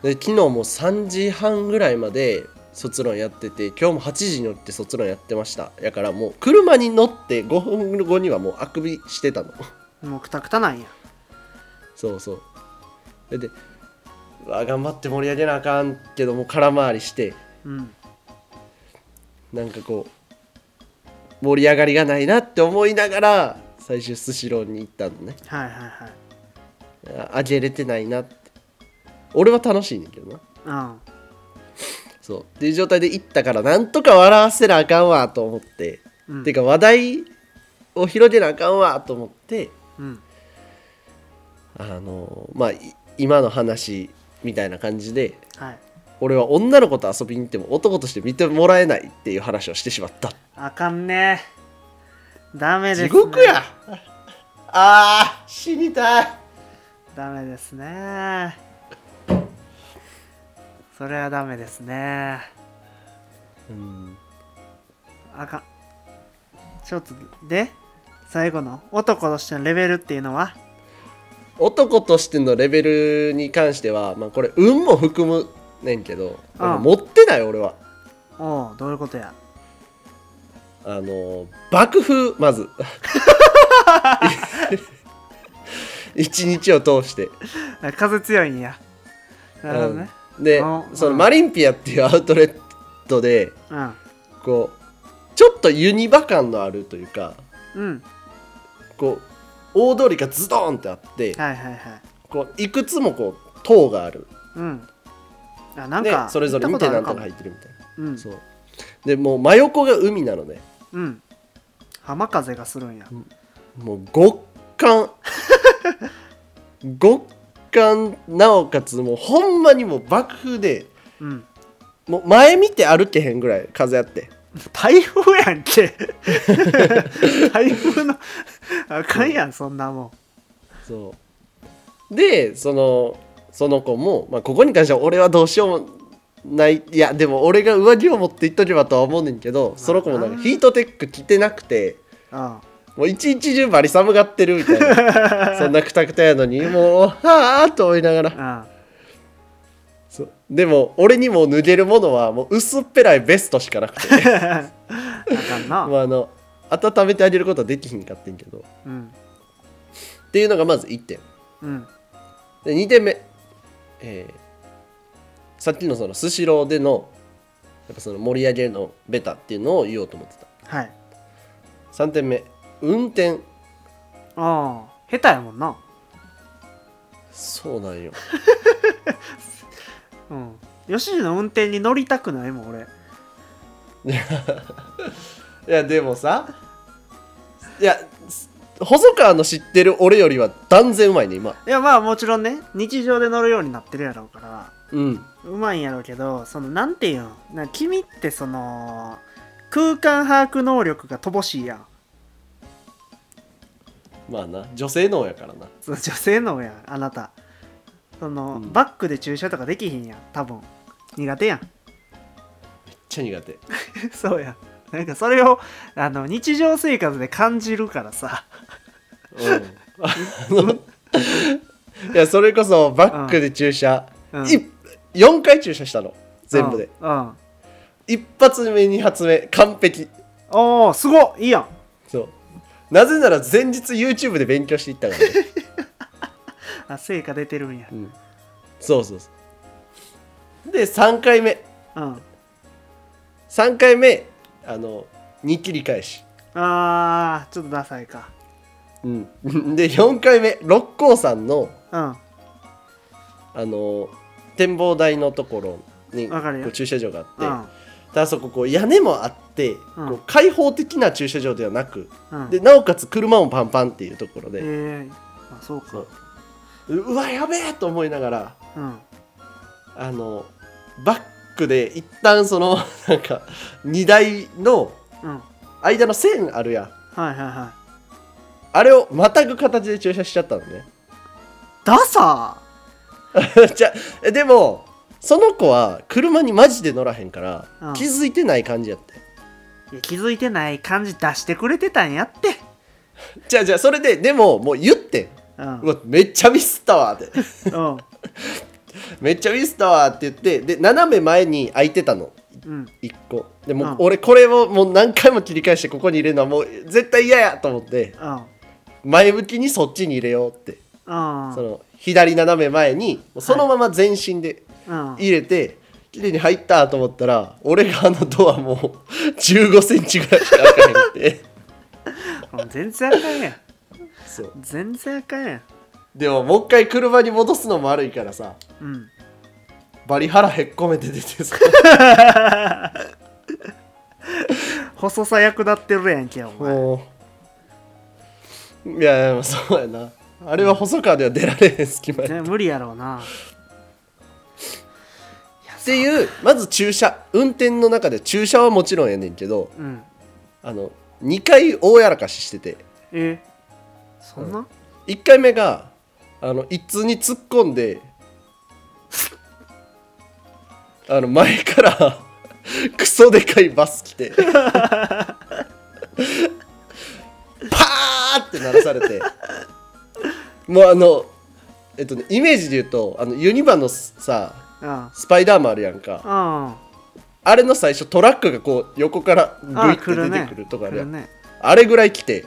Speaker 2: で昨日も3時半ぐらいまで卒論やってて今日も8時に起きて卒論やってましたやからもう車に乗って5分後にはもうあくびしてたの
Speaker 1: もうくたくたなんや
Speaker 2: そうそうでうわ頑張って盛り上げなあかんけども空回りして
Speaker 1: うん
Speaker 2: なんかこう盛り上がりがないなって思いながら最終スシローに行ったのね
Speaker 1: はいはいはい
Speaker 2: ああげれてないなって俺は楽しいねんけど
Speaker 1: う
Speaker 2: な
Speaker 1: ん
Speaker 2: そうっていう状態で行ったからなんとか笑わせなあかんわと思って、
Speaker 1: うん
Speaker 2: ていうか話題を広げなあかんわと思って
Speaker 1: うん
Speaker 2: あのまあい今の話みたいな感じで
Speaker 1: はい
Speaker 2: 俺は女の子と遊びに行っても男として見てもらえないっていう話をしてしまった
Speaker 1: あかんねダメです、
Speaker 2: 地
Speaker 1: ね、
Speaker 2: 獄やあー死にたい
Speaker 1: ダメですねそれはダメですね
Speaker 2: うん
Speaker 1: あかんちょっとで最後の男としてのレベルっていうのは
Speaker 2: 男としてのレベルに関しては、まあ、これ運も含むねんけど、
Speaker 1: ああ
Speaker 2: 持ってない俺は
Speaker 1: おうどういうことや
Speaker 2: あの爆風ま ず一日を通して
Speaker 1: あ風強いんやなるほどね
Speaker 2: うんで
Speaker 1: ああ
Speaker 2: そのマリンピアっていうアウトレットで
Speaker 1: うん
Speaker 2: こうちょっとユニバ感のあるというか
Speaker 1: うん
Speaker 2: こう大通りがズドンってあって
Speaker 1: はいはいはい
Speaker 2: こういくつもこう塔がある
Speaker 1: うんあなん
Speaker 2: で
Speaker 1: か
Speaker 2: それぞれ見て
Speaker 1: 行
Speaker 2: な
Speaker 1: っ
Speaker 2: ん
Speaker 1: たこ
Speaker 2: た
Speaker 1: と
Speaker 2: ら
Speaker 1: あ
Speaker 2: 入
Speaker 1: る
Speaker 2: ってるみたいな、
Speaker 1: かもうん
Speaker 2: そうでもう真横が海なのね
Speaker 1: うん浜風がするんや
Speaker 2: もう極寒 極寒なおかつもうほんまにもう爆風で
Speaker 1: うん
Speaker 2: もう前見て歩けへんぐらい風あって
Speaker 1: 台風やんけ台風のあかんやんそんなもん
Speaker 2: そうでそのその子も、まあ、ここに関しては俺はどうしようもないいやでも俺が上着を持って行っとけばとは思うねんけどその子もなんかヒートテック着てなくて
Speaker 1: うん
Speaker 2: もう一日中バリ寒がってるみたい なそんなくたくたやのにもうはあと思いなが
Speaker 1: うん
Speaker 2: らそうでも俺にも脱げるものはもう薄っぺらいベストしかなくて
Speaker 1: あかんな、
Speaker 2: まああの温めてあげることはできひんかってんけどっ
Speaker 1: うん
Speaker 2: ていうのがまず1点
Speaker 1: うん
Speaker 2: で2点目、えーさっきのそのスシローでのやっぱその盛り上げのベタっていうのを言おうと思って
Speaker 1: はい
Speaker 2: た3点目運転
Speaker 1: ああ下手やもんな
Speaker 2: そうなんよ
Speaker 1: うん吉次の運転に乗りたくないもん俺
Speaker 2: いやでもさいやす細川の知ってる俺よりは断然うまいね今
Speaker 1: いやまあもちろんね日常で乗るようになってるやろうから
Speaker 2: うん
Speaker 1: うまいんやろうけどそのなんていうんなんか君ってその空間把握能力が乏しいやん
Speaker 2: まあな女性能やからな
Speaker 1: その女性のやんあなたその、
Speaker 2: うん
Speaker 1: バックで駐車とかできひんやん多分苦手やん
Speaker 2: めっちゃ苦手
Speaker 1: そうやんなんかそれをあの日常生活で感じるからさ
Speaker 2: うんあ のいやそれこそバックで駐車、
Speaker 1: うん
Speaker 2: い4回駐車したの全部で、
Speaker 1: うん、うん
Speaker 2: 一発目二発目完璧
Speaker 1: おーすごいいいやん
Speaker 2: そうなぜなら前日 YouTube で勉強していったからね、
Speaker 1: あ成果出てるんや
Speaker 2: うんそうそうそうで3回目
Speaker 1: うん
Speaker 2: 3回目あの2切り返し、
Speaker 1: あーちょっとダサいか
Speaker 2: うん、で4回目六甲山の
Speaker 1: うんは
Speaker 2: あの展望台のところに
Speaker 1: わかるよ
Speaker 2: こう駐車場があって、
Speaker 1: うん
Speaker 2: ただそここう屋根もあって、
Speaker 1: うん
Speaker 2: こう開放的な駐車場ではなく、
Speaker 1: うん
Speaker 2: でなおかつ車もパンパンっていうところ
Speaker 1: え
Speaker 2: で、
Speaker 1: ー、あそうか
Speaker 2: そうううわやべえと思いながら
Speaker 1: うん
Speaker 2: あのバックで一旦その なんか荷台の
Speaker 1: うん
Speaker 2: 間の線あるやん
Speaker 1: はいはいは
Speaker 2: あれをまたぐ形で駐車しちゃったのね
Speaker 1: いダサ
Speaker 2: じゃえでもその子は車にマジで乗らへんから、
Speaker 1: うん
Speaker 2: 気づいてない感じやって
Speaker 1: ーいや気づいてない感じ出してくれてたんやって
Speaker 2: じゃあじゃあそれででももう言ってん
Speaker 1: うん
Speaker 2: うわめっちゃミスったわって
Speaker 1: うん
Speaker 2: めっちゃミスったわって言ってで斜め前に空いてたの
Speaker 1: うん
Speaker 2: 1個でも
Speaker 1: う
Speaker 2: う
Speaker 1: ん
Speaker 2: 俺これをもう何回も切り返してここに入れるのはもう絶対嫌やと思って
Speaker 1: うん
Speaker 2: 前向きにそっちに入れようって
Speaker 1: うん
Speaker 2: その左斜め前にもうそのまま全身で
Speaker 1: うん
Speaker 2: 入れて綺麗に入ったと思ったら俺があのドアもう1 5センチぐらいしか開かへんって
Speaker 1: うん全然あかんやん
Speaker 2: そう
Speaker 1: 全然あかんやん
Speaker 2: でももう一回車に戻すのも悪いからさ
Speaker 1: うん
Speaker 2: バリ腹へっこめて出て さ
Speaker 1: 細さ役立ってるやんけお前
Speaker 2: もういやいやそうやなあれは細川では出られへん隙間や
Speaker 1: ね無理やろうな
Speaker 2: っていうまず駐車運転の中で駐車はもちろんやねんけど
Speaker 1: うん
Speaker 2: あの2回大やらかししてて
Speaker 1: えそんな
Speaker 2: 1回目があの一通に突っ込んで あの前から ク ソでかいバス来てパーって鳴らされてもうあのえっとねイメージで言うとあのユニバのさ
Speaker 1: うん
Speaker 2: スパイダーマンあるやんか
Speaker 1: うん
Speaker 2: あれの最初トラックがこう横からグイ
Speaker 1: あ
Speaker 2: っ
Speaker 1: あ
Speaker 2: て
Speaker 1: 来
Speaker 2: 出
Speaker 1: る
Speaker 2: て
Speaker 1: ね
Speaker 2: くるとかあ
Speaker 1: 来
Speaker 2: るや
Speaker 1: る
Speaker 2: ん
Speaker 1: ね
Speaker 2: あれぐらい来て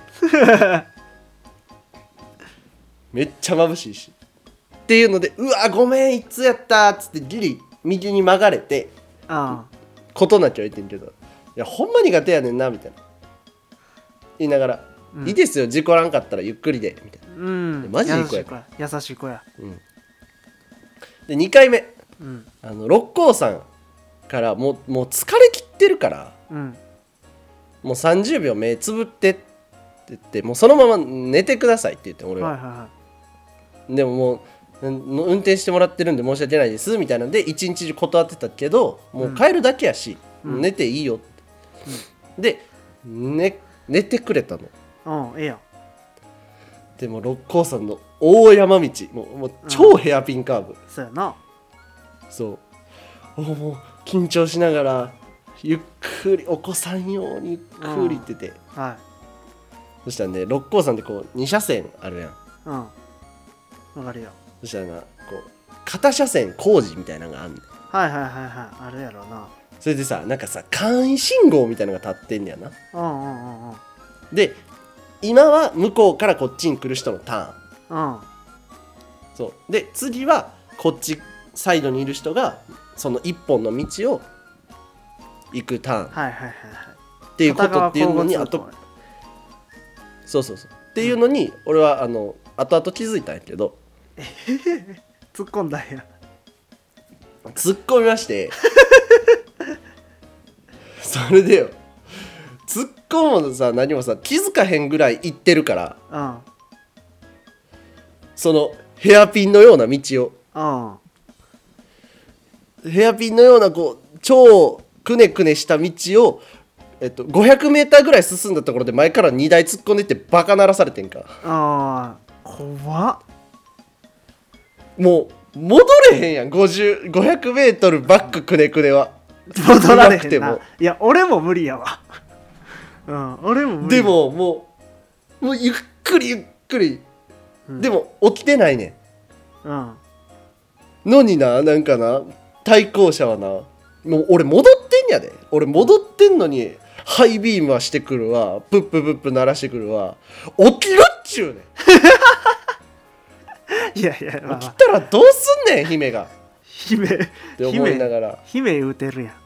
Speaker 2: めっちゃ眩しいしっていうので「うわごめんいつやった」っつってギリ右に曲がれて
Speaker 1: うん
Speaker 2: ことなきゃ言ってんけど「いやほんま苦手やねんな」みたいな言いながら「
Speaker 1: うん
Speaker 2: いいですよ事故らんかったらゆっくりで」みたいな
Speaker 1: うん
Speaker 2: マジでいい
Speaker 1: 優
Speaker 2: 子
Speaker 1: し
Speaker 2: や
Speaker 1: い子や優しい子や
Speaker 2: で2回目
Speaker 1: うん
Speaker 2: あの六甲山からもうもう疲れきってるから
Speaker 1: うん
Speaker 2: もう30秒目つぶってって言ってもうそのまま寝てくださいって言って俺は、
Speaker 1: はいはいは
Speaker 2: でももううん運転してもらってるんで申し訳ないですみたいなんで一日中断ってたけどもう帰るだけやし、
Speaker 1: うん
Speaker 2: もう寝ていいよって、で、ね、寝てくれたの
Speaker 1: いうんええやん
Speaker 2: でも六甲山の大山道もうもう超ヘアピンカーブ、
Speaker 1: そうやな
Speaker 2: そうおもう緊張しながらゆっくりお子さん用にゆっくりってて、
Speaker 1: はい
Speaker 2: そしたらね六甲山ってこう2車線あるやん
Speaker 1: うんわかるよ
Speaker 2: そしたらなこう片車線工事みたいなのがあんねん
Speaker 1: はいはいはいはいあるやろうな
Speaker 2: それでさなんかさ簡易信号みたいなのが立ってんねやな
Speaker 1: うんうんうんうん
Speaker 2: で今は向こうからこっちに来る人のターン
Speaker 1: うん
Speaker 2: そうで次はこっちサイドにいる人がその一本の道を行くターンっ
Speaker 1: はいはいはいはい
Speaker 2: ていうことっていうのにあ
Speaker 1: 片
Speaker 2: と
Speaker 1: 側交互通行
Speaker 2: そうそうそうっていうのに俺はあの後々気づいたんやけど
Speaker 1: 突っ込んだんや
Speaker 2: 突っ込みまして それでよ突っ込むのさ何もさ気づかへんぐらい行ってるから
Speaker 1: うん
Speaker 2: そのヘアピンのような道を
Speaker 1: うん
Speaker 2: ヘアピンのようなこう超くねくねした道を、えっと、500m ぐらい進んだところで前から荷台突っ込んでいってバカ鳴らされてんか
Speaker 1: ああ怖っ
Speaker 2: もう戻れへんやん50 500m バックくねくねは
Speaker 1: 戻られ
Speaker 2: うま
Speaker 1: へ
Speaker 2: くて
Speaker 1: んな
Speaker 2: も
Speaker 1: いや俺も無理やわうん俺も無理
Speaker 2: でももうもうゆっくりゆっくり、
Speaker 1: うん
Speaker 2: でも起きてないね
Speaker 1: うん
Speaker 2: んのにななんかな対向車はなもう俺戻ってんやで俺戻ってんのにハイビームはしてくるわプッププップ鳴らしてくるわ起きろっちゅうねん
Speaker 1: いやいやまあま
Speaker 2: 来
Speaker 1: あ
Speaker 2: たらどうすんねん姫がっ
Speaker 1: 姫
Speaker 2: て思いな
Speaker 1: 姫
Speaker 2: がら
Speaker 1: 姫言うてるやん
Speaker 2: っ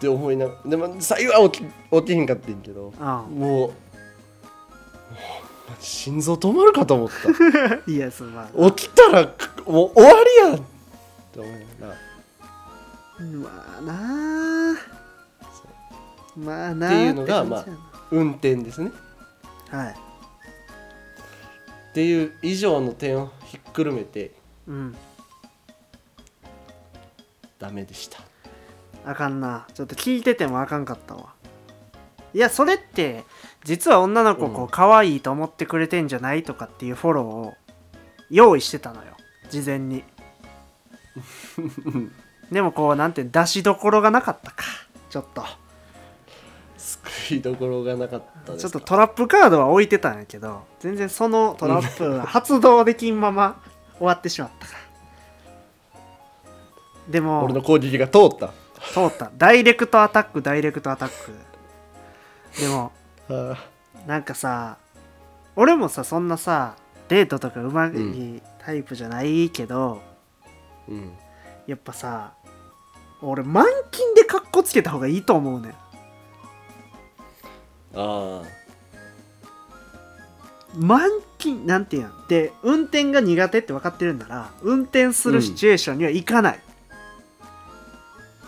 Speaker 2: て思いながらでも最後は起き起きへんかってんけど
Speaker 1: あ
Speaker 2: もうもう心臓止まるかと思っ
Speaker 1: いやすまん
Speaker 2: た起きたらもう終わりやんって思いながら
Speaker 1: まあなあまあなあ
Speaker 2: っていうのが
Speaker 1: って感じや
Speaker 2: 運転ですね
Speaker 1: なはい
Speaker 2: っていう以上の点をひっくるめて
Speaker 1: うん
Speaker 2: ダメでした
Speaker 1: あかんなちょっと聞いててもあかんかったわいやそれって実は女の子こ
Speaker 2: うん
Speaker 1: う可愛いと思ってくれてんじゃないとかっていうフォローを用意してたのよ事前 にでもこうなんて出しどころがなかったかちょっと
Speaker 2: 救いどころがなかったです
Speaker 1: ちょっと
Speaker 2: か
Speaker 1: トラップカードは置いてたんやけど全然そのトラップ が発動できんまま終わってしまったからでも
Speaker 2: 俺の攻撃が通った
Speaker 1: 通ったダイレクトアタックダイレクトアタックでも
Speaker 2: ああ
Speaker 1: なんかさ俺もさそんなさデートとかうまい
Speaker 2: うん
Speaker 1: タイプじゃないけど、
Speaker 2: うん
Speaker 1: やっぱさ俺満勤でカッコつけた方がいいと思うねん
Speaker 2: ああ
Speaker 1: 満勤なんていうんやんで運転が苦手って分かってるんなら運転するシチュエーションには行かない、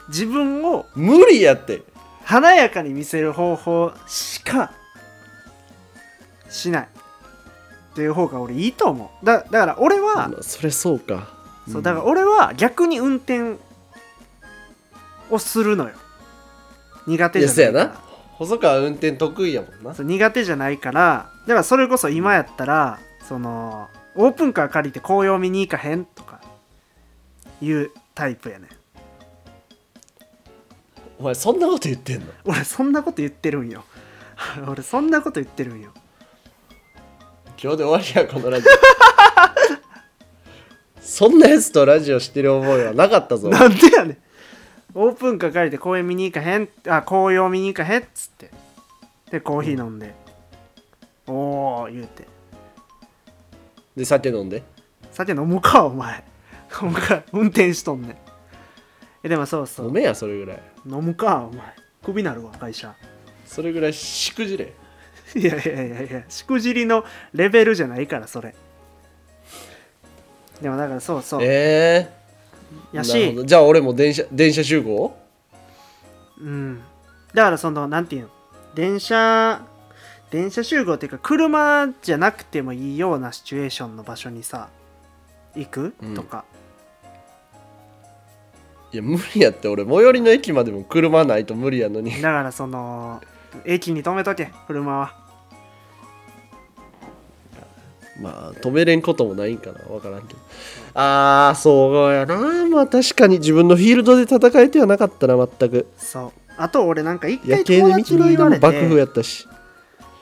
Speaker 1: 自分を
Speaker 2: 無理やって
Speaker 1: 華やかに見せる方法しかしないっていう方が俺いいと思うだだから俺は、
Speaker 2: まあそれそうか
Speaker 1: そうだから俺は逆に運転をするのよ苦手
Speaker 2: いやそ
Speaker 1: じゃ
Speaker 2: や
Speaker 1: ないから
Speaker 2: な細川運転得意やもんな
Speaker 1: そう苦手じゃないからだからそれこそ今やったら、そのオープンカー借りて紅葉見に行かへんとかいうタイプやねん
Speaker 2: お前そんなこと言ってんの
Speaker 1: 俺そんなこと言ってるんよ 俺そんなこと言ってるんよ
Speaker 2: 今日で終わりやこのラジオ そんなやつとラジオしてる覚えはなかったぞ
Speaker 1: なんでやねんオープン書かれて公園見に行かへんあ紅葉見に行かへんっつってでコーヒー飲んで、おお言うて
Speaker 2: で酒飲んで
Speaker 1: 酒飲むかお前飲むか運転しとんねんえでもそうそ
Speaker 2: 飲
Speaker 1: う
Speaker 2: めやそれぐらい
Speaker 1: 飲むかお前クビなるわ会社
Speaker 2: それぐらいしくじれ
Speaker 1: いやいやいやいやしくじりのレベルじゃないからそれでもだからそうそう
Speaker 2: ええ
Speaker 1: や
Speaker 2: なるほ
Speaker 1: し
Speaker 2: どじゃあ俺も電車電車集合
Speaker 1: うんだからそのなんていうの電車電車集合っていうか車じゃなくてもいいようなシチュエーションの場所にさ行く、
Speaker 2: うん
Speaker 1: とか
Speaker 2: いや無理やって俺最寄りの駅までも車ないと無理やのに
Speaker 1: だからその駅に止めとけ車は
Speaker 2: まあ止めれんこともないんかな分からんけどああそうやなまあ確かに自分のフィールドで戦えてはなかったな全く
Speaker 1: そうあと俺なんか一
Speaker 2: 夜
Speaker 1: 回
Speaker 2: 景
Speaker 1: 友
Speaker 2: で道
Speaker 1: 達
Speaker 2: の
Speaker 1: に
Speaker 2: 移
Speaker 1: 言わ
Speaker 2: 動
Speaker 1: れ
Speaker 2: も幕府
Speaker 1: て
Speaker 2: やったし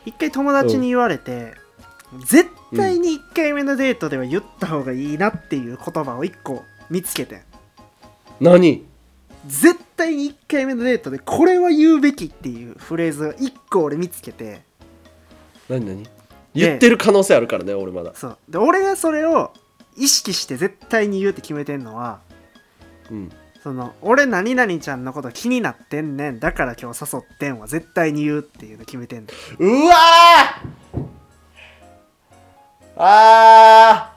Speaker 1: 一回友達に言われて、絶対に1回目のデートでは言った方がいいなっていう言葉を1個見つけてん
Speaker 2: 何
Speaker 1: 絶対に1回目のデートでこれは言うべきっていうフレーズを1個俺見つけて
Speaker 2: 何何言ってる可能性あるからね俺まだ
Speaker 1: そうで俺がそれを意識して絶対に言うって決めてんのは
Speaker 2: うん
Speaker 1: その俺何々ちゃんのこと気になってんねんだから今日誘ってんは絶対に言うっていうの決めてんの
Speaker 2: うわーあ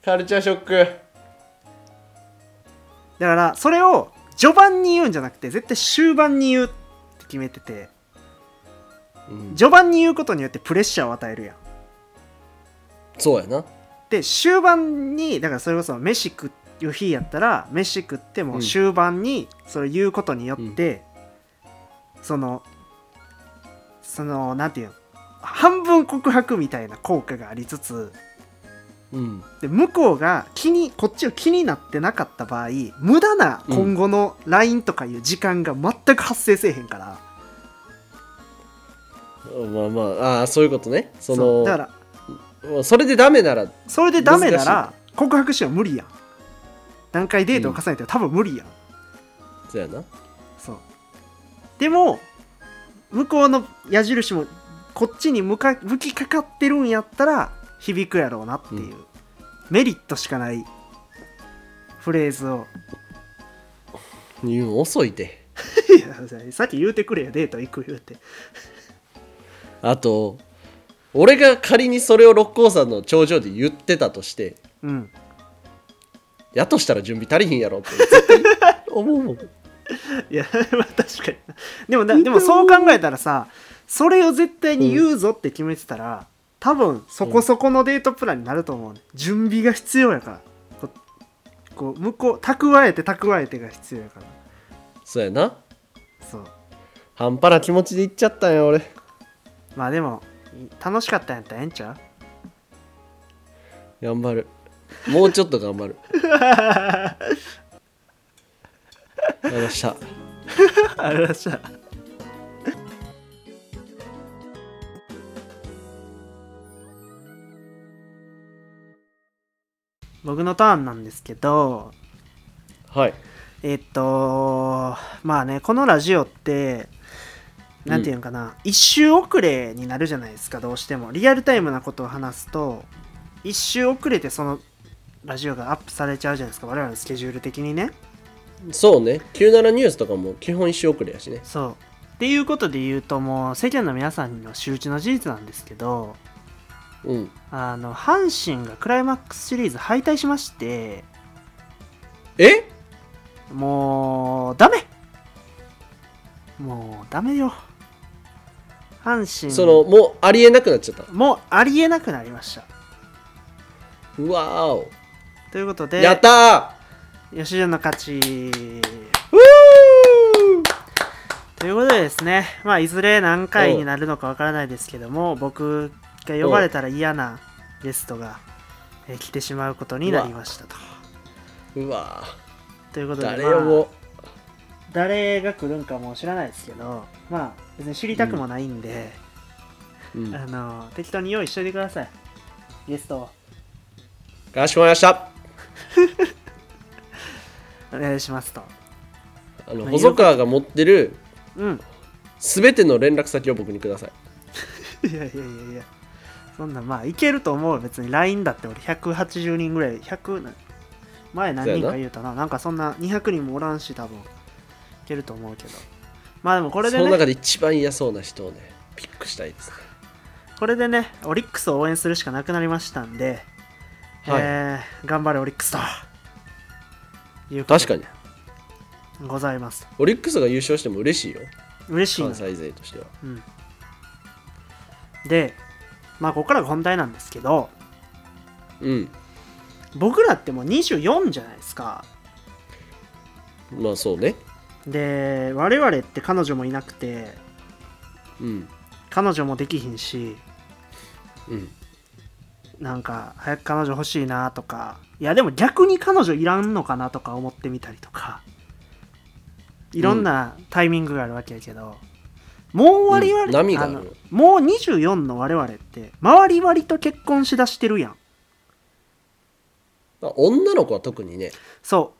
Speaker 2: ーカルチャーショック
Speaker 1: だからそれを序盤に言うんじゃなくて絶対終盤に言うって決めてて
Speaker 2: うん
Speaker 1: 序盤に言うことによってプレッシャーを与えるやん
Speaker 2: そうやな
Speaker 1: で終盤にだからそれこそ飯食う日やったら飯食って
Speaker 2: う
Speaker 1: も
Speaker 2: ん
Speaker 1: 終盤にそれ言うことによって、そのそのなんていうの半分告白みたいな効果がありつつ
Speaker 2: うん
Speaker 1: で向こうが気にこっちを気になってなかった場合無駄な今後の LINE とかいう時間が全く発生せえへんから、
Speaker 2: まあまああーそういうことねそ
Speaker 1: そ
Speaker 2: の
Speaker 1: うだか
Speaker 2: ま
Speaker 1: ら
Speaker 2: あそれでダメなら
Speaker 1: それでダメな
Speaker 2: 難
Speaker 1: ら告白しよう無理やん何回デートを重ねても多分無理やん、
Speaker 2: そうやな
Speaker 1: そうでも向こうの矢印もこっちに向か向きかかってるんやったら響くやろうなっていう、
Speaker 2: う
Speaker 1: メリットしかないフレーズを
Speaker 2: 言うん遅いて
Speaker 1: いや さっき言うてくれよデート行く言うて
Speaker 2: あと俺が仮にそれを六甲山の頂上で言ってたとして
Speaker 1: うん
Speaker 2: やとしたら準備足りひんやろって絶対 思うもん
Speaker 1: いや まあ確かになでもなでもそう考えたらさそれを絶対に言うぞって決めてたら、多分そこそこのデートプランになると思う、ね、準備が必要やからここう向こう蓄えて蓄えてが必要やから
Speaker 2: そうやな
Speaker 1: そう
Speaker 2: 半端な気持ちで言っちゃったんや俺
Speaker 1: まあでもい楽しかったんやったらええんちゃう
Speaker 2: 頑張るもうちょっと頑張るありがとうございました
Speaker 1: あれらしゃ 僕のターンなんですけど
Speaker 2: はい
Speaker 1: えっとまあねこのラジオってなんていうのかな、一周遅れになるじゃないですかどうしてもリアルタイムなことを話すと一周遅れてそのラジオがアップされちゃうじゃないですか我々のスケジュール的にね
Speaker 2: そうね97ニュースとかも基本一周遅れやしね
Speaker 1: そうっていうことで言うともう世間の皆さんの周知の事実なんですけど
Speaker 2: うん
Speaker 1: あの阪神がクライマックスシリーズ敗退しまして
Speaker 2: え
Speaker 1: もうダメもうダメよ阪神
Speaker 2: そのもうありえなくなっちゃった
Speaker 1: もうありえなくなりました
Speaker 2: うわーお
Speaker 1: ということで
Speaker 2: やった
Speaker 1: 吉純の勝ち
Speaker 2: ーう
Speaker 1: ということでですねまあいずれ何回になるのかわからないですけども僕が呼ばれたら嫌なゲストがえー来てしまうことになりましたと
Speaker 2: ーうわ
Speaker 1: というこ
Speaker 2: ー
Speaker 1: とで
Speaker 2: 誰よ
Speaker 1: まあ
Speaker 2: も
Speaker 1: 誰が来るんかも知らないですけどまあ別に知りたくもないんで、
Speaker 2: うんよ
Speaker 1: あの適当に用意しといてくださいゲストを
Speaker 2: ろしくお願いしま
Speaker 1: お願いしますと
Speaker 2: したあの
Speaker 1: まあ
Speaker 2: 細川が持ってる
Speaker 1: うん
Speaker 2: 全ての連絡先を僕にください
Speaker 1: いやいやいやいやそんなまあいけると思う別に LINE だって俺180人ぐらい100な前何人か言うたななんかそんな200人もおらんし多分いけると思うけどまあでもこれで
Speaker 2: その
Speaker 1: ね
Speaker 2: 中で一番嫌そうな人をねピックしたいですね
Speaker 1: これでねオリックスを応援するしかなくなりましたんで、
Speaker 2: はい
Speaker 1: えー頑張れオリックスということ
Speaker 2: 確かに
Speaker 1: ございます
Speaker 2: オリックスが優勝しても嬉しいよ
Speaker 1: 嬉しい
Speaker 2: 関
Speaker 1: な
Speaker 2: 西勢としては
Speaker 1: うん、でまあここからが本題なんですけど
Speaker 2: うん
Speaker 1: 僕らってもう24じゃないですか
Speaker 2: まあそうね
Speaker 1: で我々って彼女もいなくて
Speaker 2: うん
Speaker 1: 彼女もできひんし
Speaker 2: うん
Speaker 1: なんか早く彼女欲しいなとかいやでも逆に彼女いらんのかなとか思ってみたりとかいろんなタイミングがあるわけやけど、もう我々、
Speaker 2: うん波があ
Speaker 1: あ
Speaker 2: る
Speaker 1: のもう24の我々って周り割と結婚しだしてるやん
Speaker 2: まあ女の子は特にね
Speaker 1: そ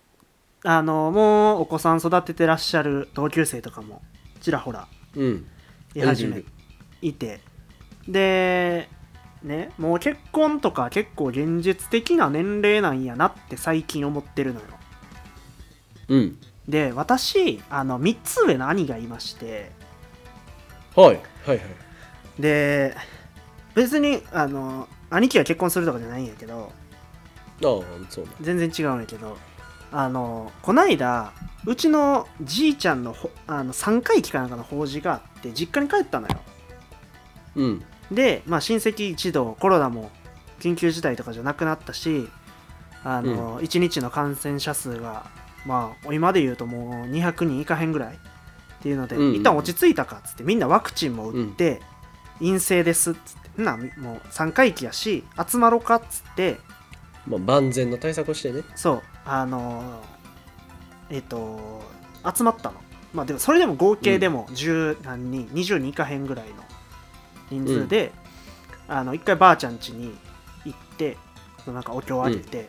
Speaker 1: うあのもうお子さん育ててらっしゃる同級生とかもちらほら
Speaker 2: うん
Speaker 1: い始
Speaker 2: い
Speaker 1: め
Speaker 2: る
Speaker 1: いてでねもう結婚とか結構現実的な年齢なんやなって最近思ってるのよ
Speaker 2: うん
Speaker 1: で私あの3つ上の兄がいまして
Speaker 2: はいはいはい
Speaker 1: で別にあの兄貴が結婚するとかじゃないんやけど
Speaker 2: ああそうね
Speaker 1: 全然違うんやけどあのこないだうちのじいちゃんのほあの3回忌かなんかの法事があって実家に帰ったのよ
Speaker 2: うん
Speaker 1: で、まあ、親戚一同コロナも緊急事態とかじゃなくなったしあの、1日の感染者数が、まあ、今で言うともう200人いかへんぐらいっていうので、
Speaker 2: うんうん
Speaker 1: 一旦落ち着いたかっつってみんなワクチンも打って、陰性ですっつってほなもう3回忌やし集まろうかっつって
Speaker 2: まあ万全の対策をしてね
Speaker 1: そうあのえっ、と集まったのまあでもそれでも合計でも10何人、20人いかへんぐらいの人数で、あの一回ばあちゃん家に行ってそのなんかお経をあげて、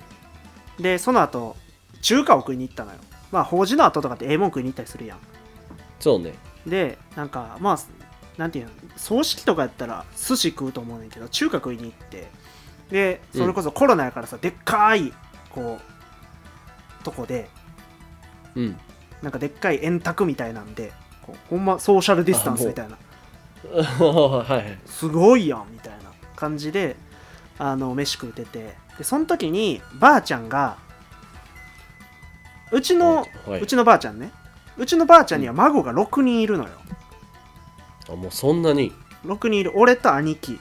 Speaker 1: でその後中華を食いに行ったのよまあ法事の後とかってええもん食いに行ったりするやん
Speaker 2: そうね
Speaker 1: でなんかまあなんていうの葬式とかやったら寿司食うと思うねんけど中華食いに行ってでそれこそコロナやからさ、でっかいこうとこで
Speaker 2: うん
Speaker 1: なんかでっかい円卓みたいなんでこうほんまソーシャルディスタンスみたいな
Speaker 2: はいはい
Speaker 1: すごいやんみたいな感じであの飯食うててでその時にばあちゃんがうちの、
Speaker 2: はいう
Speaker 1: ちのばあちゃんねうちのばあちゃんには孫が6人いるのよ、
Speaker 2: あもうそんなに
Speaker 1: 6人いる俺と兄貴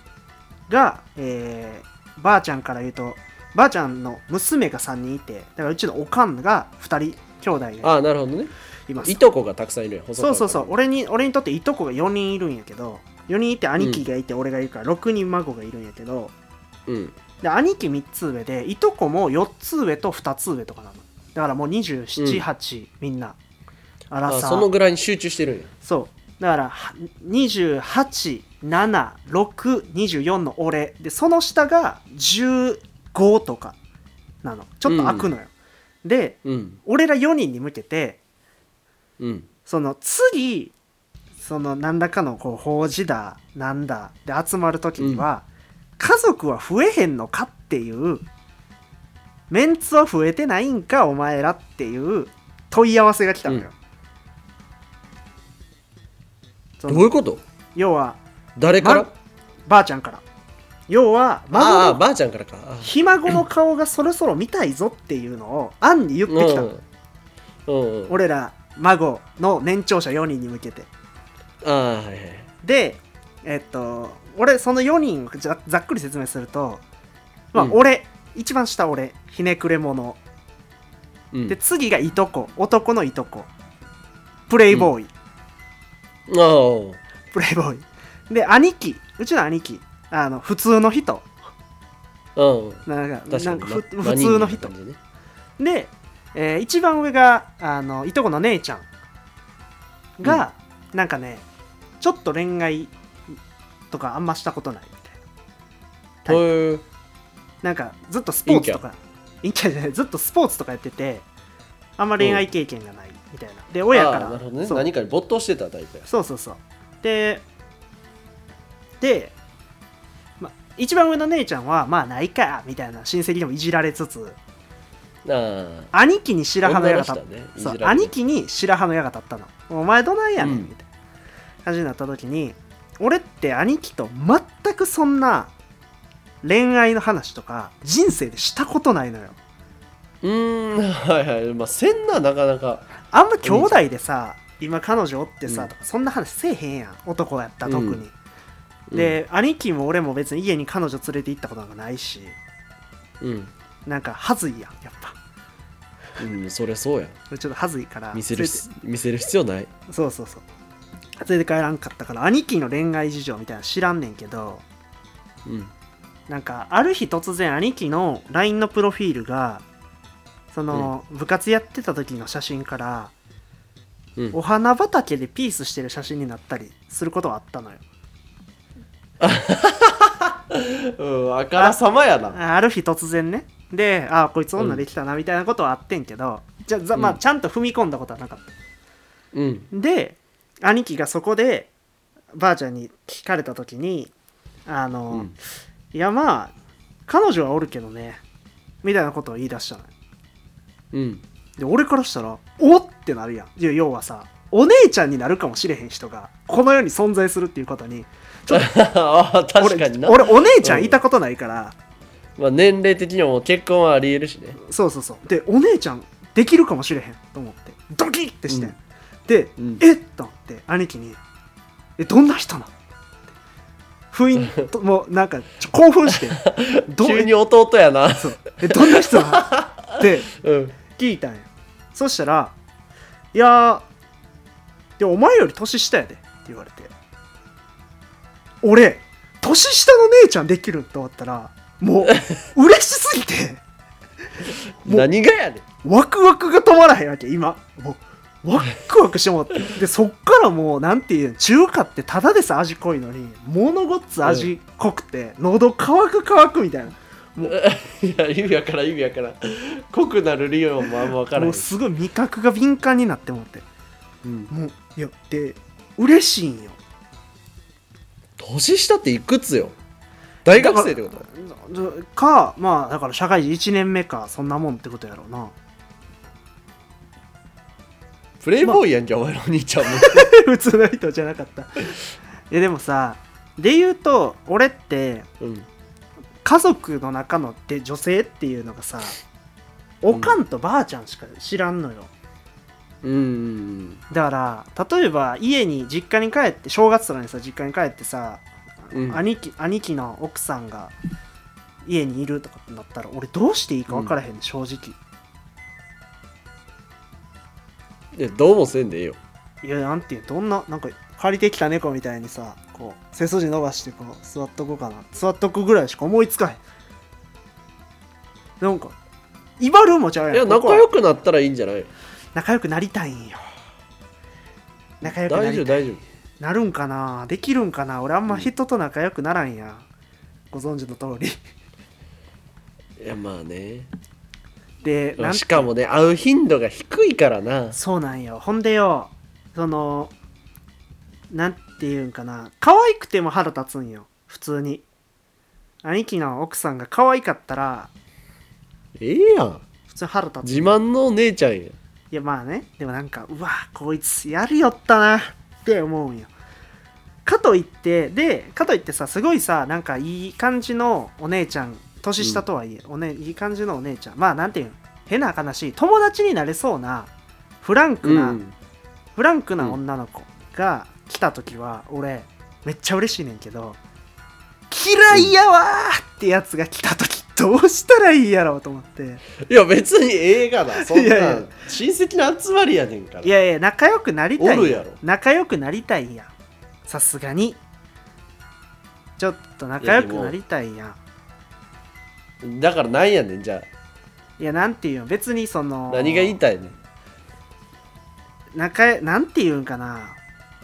Speaker 1: が、えーばあちゃんから言うとばあちゃんの娘が3人いてだからうちのおかんが2人兄弟が
Speaker 2: ああなるほどね
Speaker 1: います
Speaker 2: いとこがたくさんいるやん細
Speaker 1: そ
Speaker 2: 川
Speaker 1: うそうそう
Speaker 2: 君
Speaker 1: 俺に俺にとっていとこが4人いるんやけど4人いて兄貴がいて俺がいるから6人孫がいるんやけど、
Speaker 2: うん
Speaker 1: で兄貴3つ上でいとこも4つ上と2つ上とかなのだからもう
Speaker 2: うん
Speaker 1: 278、みんなあら
Speaker 2: あ
Speaker 1: さ
Speaker 2: そのぐらいに集中してるんや
Speaker 1: そうだから287624の俺でその下が15とかなのちょっと開くのよ、で
Speaker 2: うん
Speaker 1: 俺ら4人に向けて
Speaker 2: うん
Speaker 1: その次その何らかのこう法事だなんだで集まる時には、家族は増えへんのかっていうメンツは増えてないんかお前らっていう問い合わせが来たのよ、そ
Speaker 2: ど
Speaker 1: の
Speaker 2: ういうこと
Speaker 1: 要は
Speaker 2: 誰から、
Speaker 1: まばあちゃんから要は
Speaker 2: ああ
Speaker 1: 孫の
Speaker 2: ばあちゃんからかあ
Speaker 1: ひ孫の顔がそろそろ見たいぞっていうのを アンに言ってきたの、
Speaker 2: うんうんうん
Speaker 1: 俺ら孫の年長者4人に向けて
Speaker 2: ああはいはい
Speaker 1: でえっと俺その4人をざざっくり説明すると、まあ
Speaker 2: うん
Speaker 1: 俺一番下俺ひねくれ者
Speaker 2: うん
Speaker 1: で次がいとこ男のいとこプレイボーイ、
Speaker 2: ああ
Speaker 1: プレイボーイで兄貴うちの兄貴あの普通の人
Speaker 2: うん
Speaker 1: なんかな
Speaker 2: 確か
Speaker 1: ん
Speaker 2: に
Speaker 1: か
Speaker 2: な
Speaker 1: ふ
Speaker 2: 何
Speaker 1: 普通の人
Speaker 2: 人みたいな感じね
Speaker 1: で、えー一番上があのいとこの姉ちゃんが、なんかねちょっと恋愛とかあんましたことないみたいなタイプ
Speaker 2: へえ
Speaker 1: なんかずっとスポーツとか陰キャじゃないずっとスポーツとかやっててあんま恋愛経験がないみたいな、で親か
Speaker 2: あー
Speaker 1: ら
Speaker 2: なるほどね
Speaker 1: そう
Speaker 2: 何かに没頭してたタイプや
Speaker 1: そうそうそうでで、ま、一番上の姉ちゃんはまあないかみたいな親戚でもいじられつつ
Speaker 2: ああ
Speaker 1: 兄貴に白羽の矢が立っ
Speaker 2: 女の人はね
Speaker 1: そう
Speaker 2: いじられる
Speaker 1: 兄貴に白羽の矢が立ったのお前どないやねん、
Speaker 2: うん
Speaker 1: みたいな感じになった時に俺って兄貴と全くそんな恋愛の話とか人生でしたことないのよ
Speaker 2: うーん はいはいまあせんななかなか
Speaker 1: あんま兄弟でさ今彼女おってさ、
Speaker 2: うん
Speaker 1: とかそんな話せえへんやん男やったら特に、
Speaker 2: うん
Speaker 1: で、兄貴も俺も別に家に彼女連れて行ったことなんかないし
Speaker 2: うん、
Speaker 1: なんかはずいやんやっぱ
Speaker 2: うん、そりゃそうや
Speaker 1: ちょっとはずいから
Speaker 2: 見せる
Speaker 1: 連れて
Speaker 2: し見せる必要ない
Speaker 1: そうそうそう連れて帰らんかったから兄貴の恋愛事情みたいなの知らんねんけど
Speaker 2: うん
Speaker 1: なんかある日突然兄貴の LINE のプロフィールがその、部活やってた時の写真から
Speaker 2: うん
Speaker 1: お花畑でピースしてる写真になったりすることはあったのよ
Speaker 2: うん、あからさまやな。
Speaker 1: あある日突然ねであこいつ女できたなみたいなことはあってんけど、じゃざまあ、
Speaker 2: うん
Speaker 1: ちゃんと踏み込んだことはなかった
Speaker 2: うん。
Speaker 1: で兄貴がそこでばあちゃんに聞かれた時にあの、
Speaker 2: うん
Speaker 1: いやまあ彼女はおるけどねみたいなことを言い出したのよ
Speaker 2: うん。
Speaker 1: で俺からしたらおっってなるやんいや要はさお姉ちゃんになるかもしれへん人がこの世に存在するっていうことに
Speaker 2: ああ、確かにな。
Speaker 1: 俺俺お姉ちゃんいたことないから、
Speaker 2: まあ、年齢的にも結婚はありえるしね。
Speaker 1: そうそうそうでお姉ちゃんできるかもしれへんと思ってドキッてして、
Speaker 2: うん
Speaker 1: で、
Speaker 2: うん
Speaker 1: えっと思って兄貴に「えどんな人なの?」不意ともうなんかちょ興奮 して「ど
Speaker 2: 急に弟やな。
Speaker 1: そうえどんな人なの?」って
Speaker 2: うん。
Speaker 1: 聞いたんやそしたら「いやーでもお前より年下やで」って言われて「俺年下の姉ちゃんできるん?」と思ったらもう嬉しすぎて。もう
Speaker 2: 何がやねん。
Speaker 1: ワクワクが止まらへんわけ今もうワックワクしてもらってでそっからもうなんていうの中華ってただでさ味濃いのにものごっつ味濃くて、喉乾く乾くみたい
Speaker 2: いや、意味やから意味やから。濃くなる理由もあんま分
Speaker 1: な
Speaker 2: からへ
Speaker 1: も
Speaker 2: ん
Speaker 1: う。すごい味覚が敏感になってもって
Speaker 2: うん
Speaker 1: もういやで嬉しいんよ
Speaker 2: 年下っていくつよ大学生ってこと
Speaker 1: とかまあだから社会人1年目かそんなもんってことやろうな
Speaker 2: プレイボーイやんじゃん、お前のお兄ちゃんも。
Speaker 1: 普通の人じゃなかった いやでもさで言うと俺って
Speaker 2: うん。
Speaker 1: 家族の中のって女性っていうのがさおかんとばあちゃんしか知らんのよ、
Speaker 2: うん。
Speaker 1: だから例えば家に実家に帰って正月とかにさ実家に帰ってさ、
Speaker 2: うん
Speaker 1: 兄貴兄貴の奥さんが家にいるとかってなったら俺どうしていいか分からへんね、正直
Speaker 2: いや、どうもせんでええよ。
Speaker 1: いやなんていうどんななんか借りてきた猫みたいにさこう背筋伸ばしてこう座っとこうかな座っとくぐらいしか思いつかへんなんか威張るんもちゃうやん
Speaker 2: いや、
Speaker 1: ここは
Speaker 2: 仲良くなったらいいんじゃない
Speaker 1: 仲良くなりたいんよ仲良くな
Speaker 2: 大丈夫、
Speaker 1: りたい
Speaker 2: 大丈夫。
Speaker 1: なるんかなできるんかな俺あんま人と仲良くならんや、ご存知の通り
Speaker 2: いや、まあね。
Speaker 1: でなん
Speaker 2: しかもね、会う頻度が低いからな。
Speaker 1: そうなんよほんでよそのなんていうんかな可愛くても腹立つんよ普通に兄貴の奥さんが可愛かったら
Speaker 2: ええやん。
Speaker 1: 普通に腹立つ
Speaker 2: 自慢のお姉ちゃんや
Speaker 1: いやまあねでもなんかうわこいつやるよったなって思うんよかといってでかといってさすごいさなんかいい感じのお姉ちゃん年下とはいえ、おね、いい感じのお姉ちゃんまあなんていうん変な話友達になれそうなフランクな、フランクな女の子が来た時は俺めっちゃ嬉しいねんけど嫌いやわーってやつが来た時どうしたらいいやろうと思って
Speaker 2: いや別に映画だそんなん
Speaker 1: いやいや
Speaker 2: 親戚の集まりやねんから
Speaker 1: いやいや仲良くなりたいん
Speaker 2: おるやろ
Speaker 1: 仲良くなりたいやんさすがにちょっと仲良くなりたいやんい
Speaker 2: だからなんやねんじゃ
Speaker 1: やなんていうの別にそ
Speaker 2: あ
Speaker 1: の
Speaker 2: 何が言いたいねん
Speaker 1: 仲良なんていうんかな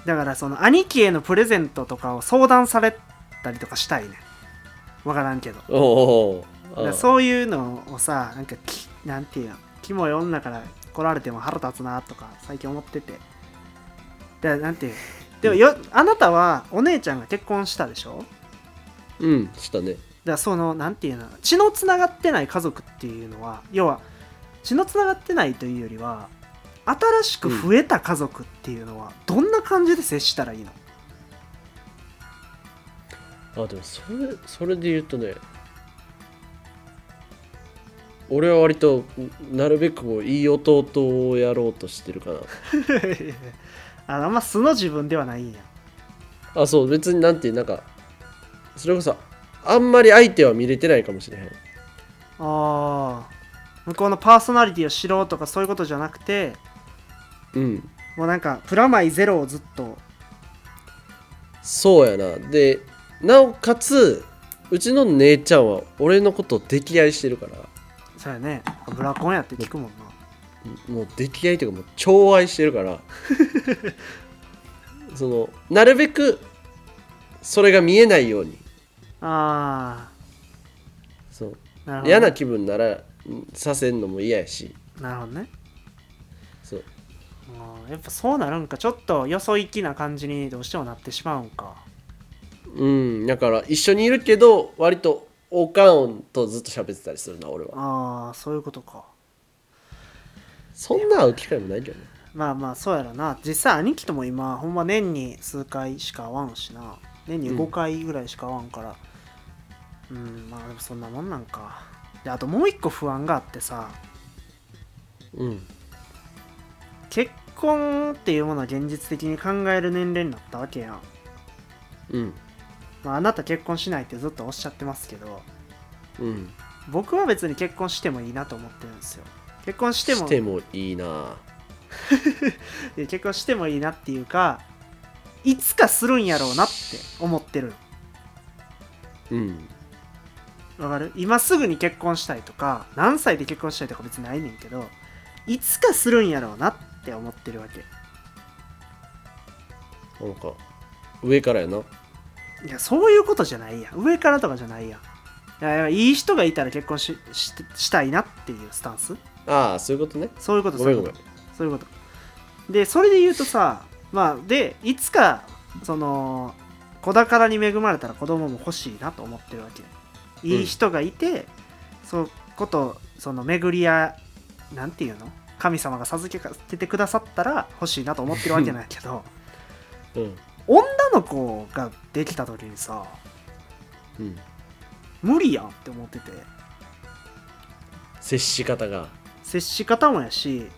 Speaker 1: だからその兄貴へのプレゼントとかを相談されったりとかしたいねわからんけど
Speaker 2: おお
Speaker 1: だから
Speaker 2: う
Speaker 1: そういうのをさなんかきなんていうのキモい女から来られても腹立つなとか最近思っててだからなんていうでもよあなたはお姉ちゃんが結婚したでしょ
Speaker 2: うんしたね
Speaker 1: だからそのなんていうの血のつながってない家族っていうのは要は血のつながってないというよりは新しく増えた家族っていうのはどんな感じで接したらいいの、
Speaker 2: あでもそれそれで言うとね俺は割となるべくこういい弟をやろうとしてるかな
Speaker 1: あのあんま素の自分ではないんや
Speaker 2: あそう別になんていうなんかそれこそあんまり相手は見れてないかもしれへん
Speaker 1: あー向こうのパーソナリティを知ろうとかそういうことじゃなくて
Speaker 2: うん
Speaker 1: もうなんかプラマイゼロをずっと
Speaker 2: そうやなでなおかつうちの姉ちゃんは俺のことを溺愛してるから
Speaker 1: そうやねブラコンやって聞くもんな
Speaker 2: もう溺愛というかもう超愛してるから そのなるべくそれが見えないように
Speaker 1: あ
Speaker 2: そう
Speaker 1: ーなるほどね
Speaker 2: 嫌な気分ならさせんのも嫌やし
Speaker 1: なるほどね
Speaker 2: そう
Speaker 1: うんやっぱそうなるんかちょっとよそ行きな感じにどうしてもなってしまうんか
Speaker 2: うんだから一緒にいるけど割とおかんとずっと喋ってたりするな俺は
Speaker 1: ああそういうことか
Speaker 2: そんな会う機会もないけどね
Speaker 1: まあまあそうやろな実際兄貴とも今ほんま年に数回しか会わんしな年に
Speaker 2: うん
Speaker 1: 5回ぐらいしか会わんからうん、まあでもそんなもんなんかであともう一個不安があってさ
Speaker 2: うん
Speaker 1: 結婚っていうものは現実的に考える年齢になったわけやん、
Speaker 2: うん
Speaker 1: まあ、あなた結婚しないってずっとおっしゃってますけど
Speaker 2: うん
Speaker 1: 僕は別に結婚してもいいなと思ってるんですよ結婚しても
Speaker 2: してもいいな
Speaker 1: で結婚してもいいなっていうかいつかするんやろうなって思ってる
Speaker 2: うん
Speaker 1: わかる今すぐに結婚したいとか何歳で結婚したいとか別にないねんけどいつかするんやろうなって思ってるわけ
Speaker 2: なんか上からやない
Speaker 1: やそういうことじゃないやん上からとかじゃないやんいやいい人がいたら結婚しししたいなっていうスタンス
Speaker 2: ああそういうことね
Speaker 1: そういうこと
Speaker 2: ご
Speaker 1: そうい
Speaker 2: めん
Speaker 1: う
Speaker 2: ご
Speaker 1: こ
Speaker 2: め
Speaker 1: と
Speaker 2: ん
Speaker 1: そういうことでそれで言うとさまあでいつかその子宝に恵まれたら子供も欲しいなと思ってるわけいい人がいて、そうことその巡りやなんていうの神様が授けかけてくださったら欲しいなと思ってるわけなんやけど
Speaker 2: うん
Speaker 1: 女の子ができた時にさ
Speaker 2: うん
Speaker 1: 無理やんって思ってて
Speaker 2: 接し方が
Speaker 1: 接し方もやし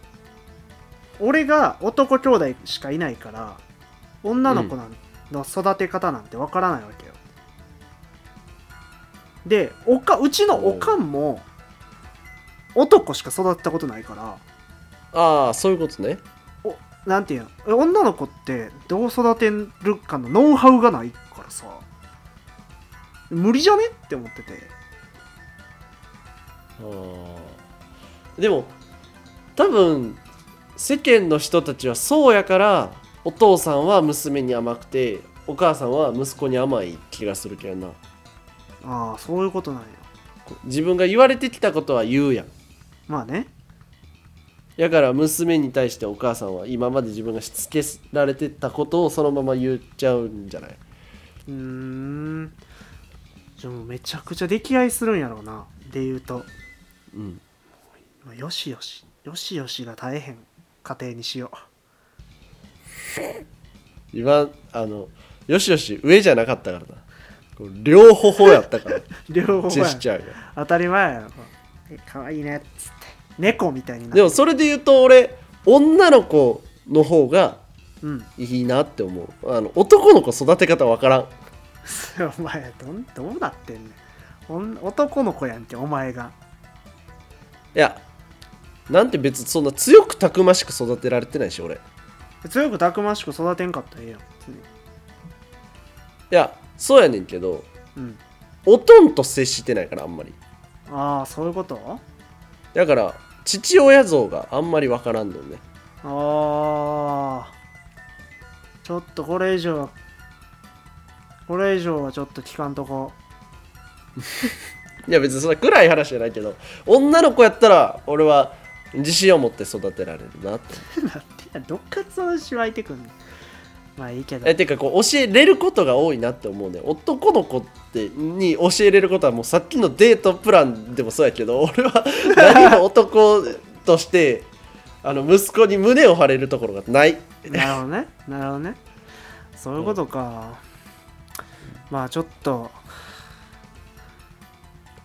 Speaker 1: 俺が男兄弟しかいないから女の子なんの育て方なんてわからないわけよでおかうちのおかんも男しか育ったことないから
Speaker 2: ああそういうことね
Speaker 1: なんていうのえ女の子ってどう育てるかのノウハウがないからさ無理じゃねって思ってて
Speaker 2: ああでも多分世間の人たちはそうやからお父さんは娘に甘くてお母さんは息子に甘い気がするけどな
Speaker 1: ああそういうことなんや
Speaker 2: こう自分が言われてきたことは言うやん
Speaker 1: まあね
Speaker 2: やから娘に対してお母さんは今まで自分がしつけられてたことをそのまま言っちゃうんじゃないう
Speaker 1: ーんじゃあもうめちゃくちゃ溺愛するんやろうなで言うと
Speaker 2: うん
Speaker 1: もうよしよしよしよしが大変家庭にしよ
Speaker 2: 今あのよしよし上じゃなかったからなこう両方やったから
Speaker 1: う両方
Speaker 2: ジェ
Speaker 1: や
Speaker 2: スチャーが
Speaker 1: 当たり前やろえかわいいねっつって猫みたいにな
Speaker 2: でもそれで言うと俺女の子の方が
Speaker 1: うん
Speaker 2: いいなって思うあの男の子育て方わからん
Speaker 1: お前どんどうなってんねんおん男の子やんけお前が
Speaker 2: いやなんて別にそんな強くたくましく育てられてないし俺い
Speaker 1: 強くたくましく育てんかったらええやん別に
Speaker 2: やそうやねんけど
Speaker 1: うん
Speaker 2: おとんと接してないからあんまり
Speaker 1: ああそういうこと
Speaker 2: だから父親像があんまりわからんのよね
Speaker 1: ああちょっとこれ以上はこれ以上はちょっと聞かんとこ
Speaker 2: いや別にそんな暗い話じゃないけど女の子やったら俺は自信を持って育てられるなって
Speaker 1: なってやどっかつのし湧いてくんのまあいいけど
Speaker 2: えてかこう教えれることが多いなって思うね男の子ってに教えれることはもうさっきのデートプランでもそうやけど俺 は何も男としてあの息子に胸を張れるところがない
Speaker 1: なるほどねなるほどねそういうことか、まあちょっと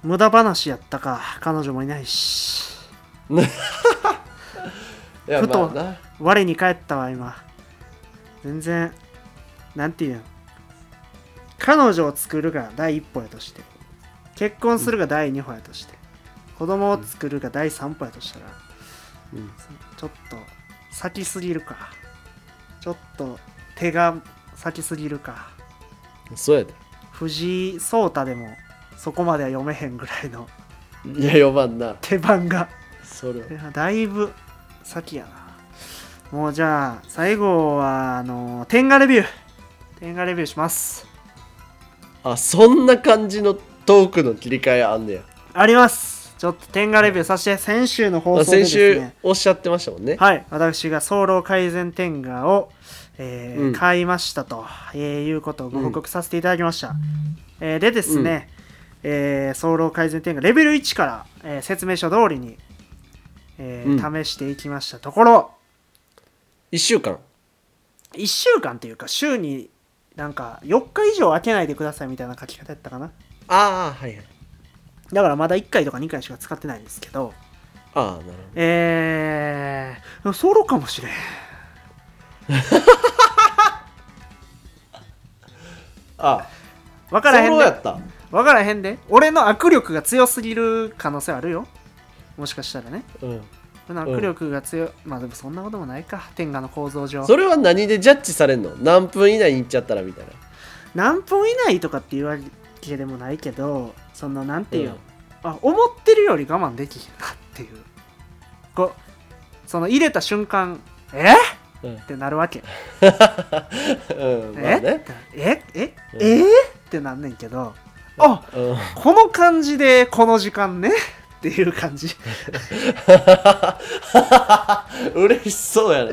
Speaker 1: 無駄話やったか彼女もいないし
Speaker 2: いや
Speaker 1: ふと
Speaker 2: まあな
Speaker 1: 我に返ったわ今全然なんていうん彼女を作るが第一歩やとして結婚するが第二歩やとして、子供を作るが第三歩やとしたら、
Speaker 2: うん
Speaker 1: ちょっと先すぎるかちょっと手が先すぎるか
Speaker 2: そうやで
Speaker 1: 藤井聡太でもそこまでは読めへんぐらいの
Speaker 2: いや読まんな
Speaker 1: 手番が
Speaker 2: それはい
Speaker 1: やだいぶ先やなもうじゃあ最後はあの点画レビュー点画レビューします
Speaker 2: あそんな感じのトークの切り替えあんねや
Speaker 1: ありますちょっと点画レビューさせて先週の放
Speaker 2: あ
Speaker 1: 送でです
Speaker 2: 先週
Speaker 1: ね
Speaker 2: おっしゃってましたもんね
Speaker 1: はい私が早漏改善点画を、えー
Speaker 2: うん
Speaker 1: 買いましたと、えーいうことをご報告させていただきました、えーでですね、えー、早漏改善点画レベル1から、えー説明書通りに、えー試していきましたところ、
Speaker 2: 1週間
Speaker 1: 1週間っていうか週になんか4日以上空けないでくださいみたいな書き方やったかな
Speaker 2: ああはいはい
Speaker 1: だからまだ1回とか2回しか使ってないんですけど
Speaker 2: ああなるほど
Speaker 1: えー、ソロかもしれん
Speaker 2: あ
Speaker 1: 分から
Speaker 2: あ
Speaker 1: へん
Speaker 2: そうやっ
Speaker 1: で
Speaker 2: た
Speaker 1: 分からへんで俺の握力が強すぎる可能性あるよもしかしたらね
Speaker 2: うん
Speaker 1: 俺の握力が強い、まあでもそんなこともないか天下の構造上
Speaker 2: それは何でジャッジされんの何分以内に行っちゃったらみたいな。
Speaker 1: 何分以内とかっていうわけでもないけどそのなんていうの、
Speaker 2: うん
Speaker 1: あ思ってるより我慢できひんなっていうこうその入れた瞬間え
Speaker 2: うん
Speaker 1: ってなるわけ、
Speaker 2: うん、まあ
Speaker 1: え
Speaker 2: ね。
Speaker 1: ええ
Speaker 2: うん
Speaker 1: えってなんねんけどあ
Speaker 2: うん、
Speaker 1: この感じでこの時間ねっていう感 じ
Speaker 2: 嬉しそうや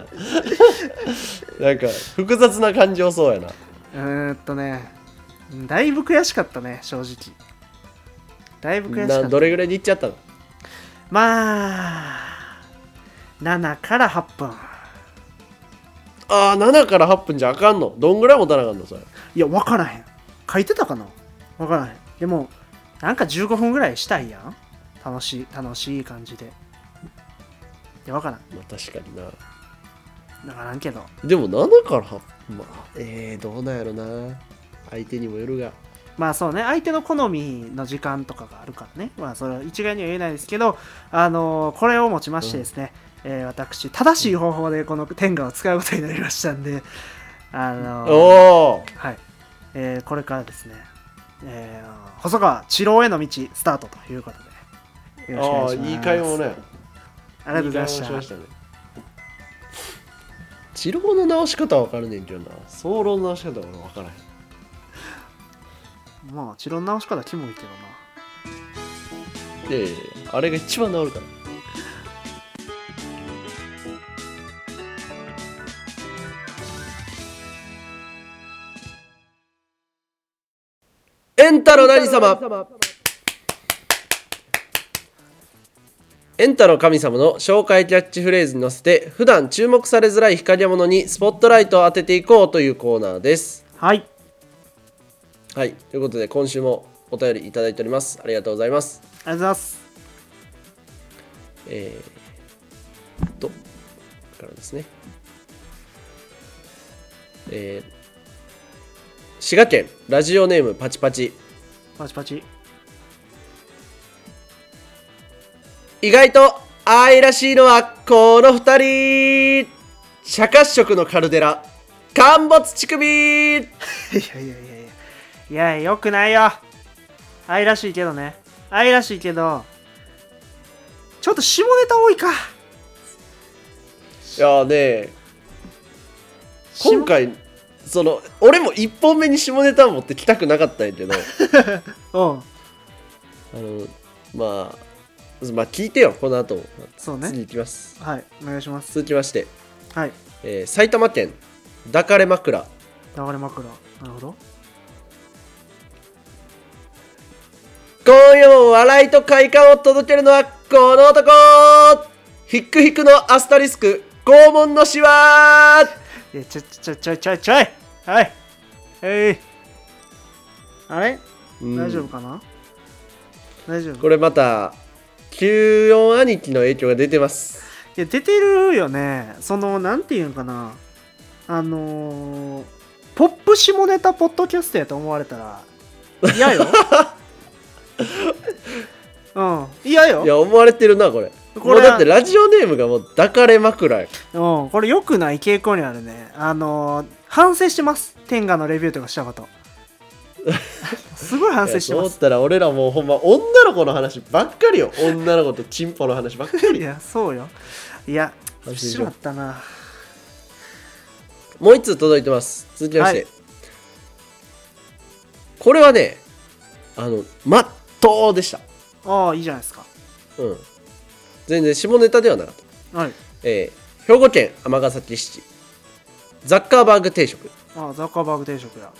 Speaker 2: な。なんか複雑な感情そうやな。
Speaker 1: うーんとねうんだいぶ悔しかったね正直だいぶ悔しか
Speaker 2: な
Speaker 1: った
Speaker 2: どれぐらいで行っちゃったの
Speaker 1: まあ7から8分
Speaker 2: ああ、7から8分じゃあかんの。どんぐらい持たなあかんのそれ。
Speaker 1: いや、分からへん。書いてたかな分からへん。でも、なんか15分ぐらいしたいやん。楽しい、楽しい感じで。いや、分からん。
Speaker 2: まあ、確かにな。
Speaker 1: 分からんけど。
Speaker 2: でも7から8分。まあ、えー、どうなんやろな。相手にもよるが。
Speaker 1: まあそうね、相手の好みの時間とかがあるからね。まあそれは一概には言えないですけど、あのーこれをもちましてですね、えー私、正しい方法でこの天下を使うことになりましたんで、あのー
Speaker 2: おお
Speaker 1: はい、えーこれからですね、えー細川治療への道スタートということでよろしくお願い
Speaker 2: ああ、
Speaker 1: します
Speaker 2: いい会話ね。
Speaker 1: ありがとうございまし
Speaker 2: いい
Speaker 1: た
Speaker 2: 買い物しましたね。治療の直し方は分かるねんけどな。早漏の直し方は俺分からへん。
Speaker 1: まあ治療の直し方キモいけどない
Speaker 2: やいやいやあれが一番治るから。エンタの何様エンタの神様の紹介キャッチフレーズに乗せて普段注目されづらい光り物にスポットライトを当てていこうというコーナーです。
Speaker 1: はい
Speaker 2: はい、ということで今週もお便りいただいております。ありがとうございます。
Speaker 1: ありがとうございます
Speaker 2: えー、と、からですね。えー、滋賀県、ラジオネームパチパチ。
Speaker 1: パチパチ
Speaker 2: 意外と愛らしいのはこの二人釈迦色のカルデラ、陥没乳首
Speaker 1: いやいやいやいやいやよくないよ愛らしいけどね愛らしいけどちょっと下ネタ多いか
Speaker 2: いやーね、今回、その俺も1本目に下ネタ持ってきたくなかったんやけどあ
Speaker 1: うん
Speaker 2: のまあまあ聞いてよこの後
Speaker 1: そう
Speaker 2: 次
Speaker 1: ね
Speaker 2: 行きます
Speaker 1: はいお願いします
Speaker 2: 続きまして、
Speaker 1: はい
Speaker 2: えー埼玉県抱かれ枕
Speaker 1: 流れ枕なるほど
Speaker 2: 今夜も笑いと快感を届けるのはこの男ヒックヒクのアスタリスク肛門のシワ
Speaker 1: いやちょちょちょちょちょいはいえいあれ大丈夫かな大丈夫
Speaker 2: これまた94兄貴の影響が出てます
Speaker 1: いや出てるよねそのなんていうんかなあのーポップ下ネタポッドキャストやと思われたら嫌 ようん嫌よ
Speaker 2: いや思われてるなこれ
Speaker 1: これ
Speaker 2: もうだってラジオネームがもう抱かれ枕や
Speaker 1: うんこれ良くない傾向にあるねあのー反省してます天下のレビューとかしたこと すごい反省して
Speaker 2: い
Speaker 1: ま
Speaker 2: やそう
Speaker 1: す
Speaker 2: ったら俺らもうほんま女の子の話ばっかりよ女の子とチンポの話ばっか
Speaker 1: い
Speaker 2: り
Speaker 1: やそうよいや
Speaker 2: 反省し
Speaker 1: し
Speaker 2: ろ
Speaker 1: まったな
Speaker 2: もう一通届いてます続きまして、
Speaker 1: はい
Speaker 2: これはねあのまっとうでした
Speaker 1: ああいいじゃないですか
Speaker 2: うん全然下ネタではなかった
Speaker 1: はい
Speaker 2: えー兵庫県尼崎市ザッカーバーグ定食
Speaker 1: ああザッカーバーグ定食や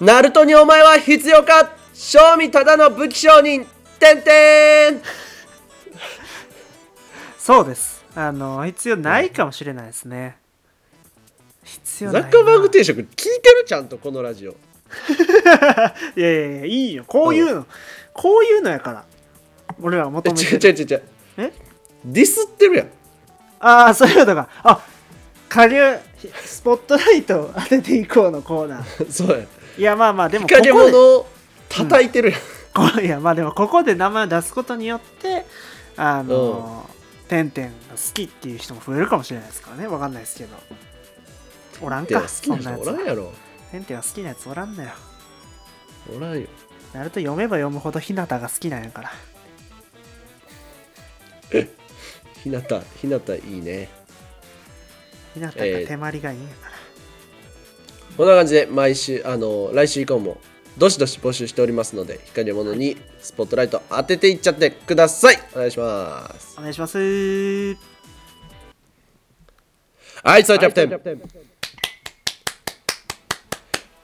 Speaker 2: ナルトにお前は必要か賞味ただの武器商人てんてん
Speaker 1: そうです。あの、必要ないかもしれないですね。必要
Speaker 2: ザ
Speaker 1: ないな。
Speaker 2: ッカーバーグ定食聞いてるちゃんとこのラジオ
Speaker 1: いやいやいや、いいよ。こういうの。こういうのやから。俺らは
Speaker 2: え
Speaker 1: 求め
Speaker 2: 違う
Speaker 1: てる。
Speaker 2: 違う違う違う
Speaker 1: え
Speaker 2: ディスってるやん
Speaker 1: ああ、そういうことか。あ下流スポットライトを当てていこうのコーナー。
Speaker 2: そうや
Speaker 1: いや、まあまあ、でもここ
Speaker 2: 光
Speaker 1: で
Speaker 2: り物を叩いてるやん、
Speaker 1: こ いや、まあでも、ここで名前を出すことによって、あの、てんてんが好きっていう人も増えるかもしれないですからね。わかんないですけど。おらん
Speaker 2: てか
Speaker 1: か、
Speaker 2: 好き
Speaker 1: そ
Speaker 2: なん
Speaker 1: なや
Speaker 2: 人
Speaker 1: つ
Speaker 2: おらん
Speaker 1: は。
Speaker 2: やろ
Speaker 1: てんてんは好きなやつおらんのよ。
Speaker 2: おらんよ
Speaker 1: なると読めば読むほど日向が好きなんやから
Speaker 2: ひなたひなたいいね
Speaker 1: 日向が
Speaker 2: えー
Speaker 1: 手まりがいいんやか
Speaker 2: こんな感じで毎週あの来週以降もどしどし募集しておりますので光り物にスポットライト当てていっちゃってくださいお願いします
Speaker 1: らお願いします
Speaker 2: はいそうキャプテン、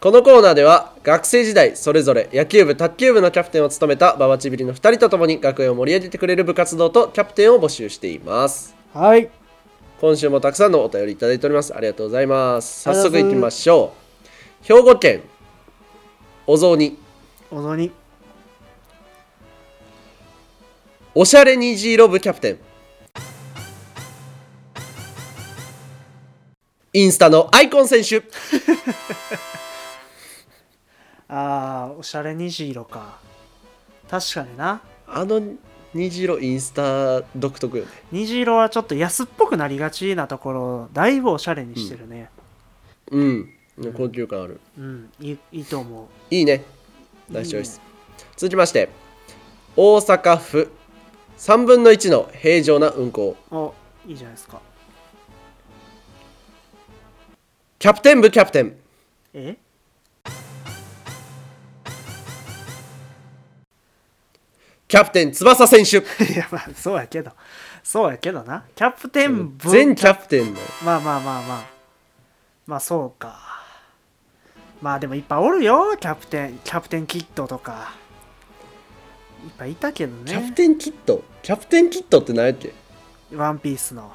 Speaker 2: このコーナーでは学生時代それぞれ野球部卓球部のキャプテンを務めた馬場ちびりの2人と共に学園を盛り上げてくれる部活動とキャプテンを募集しています
Speaker 1: はい
Speaker 2: 今週もたくさんのお便りいただいておりますありがとうございます
Speaker 1: あ
Speaker 2: 早
Speaker 1: りがとう
Speaker 2: 速いきましょう兵庫県お雑煮
Speaker 1: お雑煮
Speaker 2: おしゃれ虹色部キャプテンインスタのアイコン選手
Speaker 1: あーおしゃれ虹色か確かにな
Speaker 2: あの虹色インスタ独特よね
Speaker 1: 虹色はちょっと安っぽくなりがちなところをだいぶおしゃれにしてるね
Speaker 2: うん高級感ある
Speaker 1: うん、いいいいと思う
Speaker 2: いいね大チョイス続きまして大阪府3分の1の平常な運行
Speaker 1: おいいじゃないですか
Speaker 2: キャプテン部キャプテン
Speaker 1: え
Speaker 2: キャプテン翼選手
Speaker 1: いやまあそうやけどそうやけどなキャプテンブ
Speaker 2: 全キャプテンの
Speaker 1: まあまあまあまあまあそうかまあでもいっぱいおるよキャプテンキャプテンキッドとかいっぱいいたけど
Speaker 2: キャプ
Speaker 1: ね
Speaker 2: テンキットキャプテンキットって何やっけ
Speaker 1: ワンピースの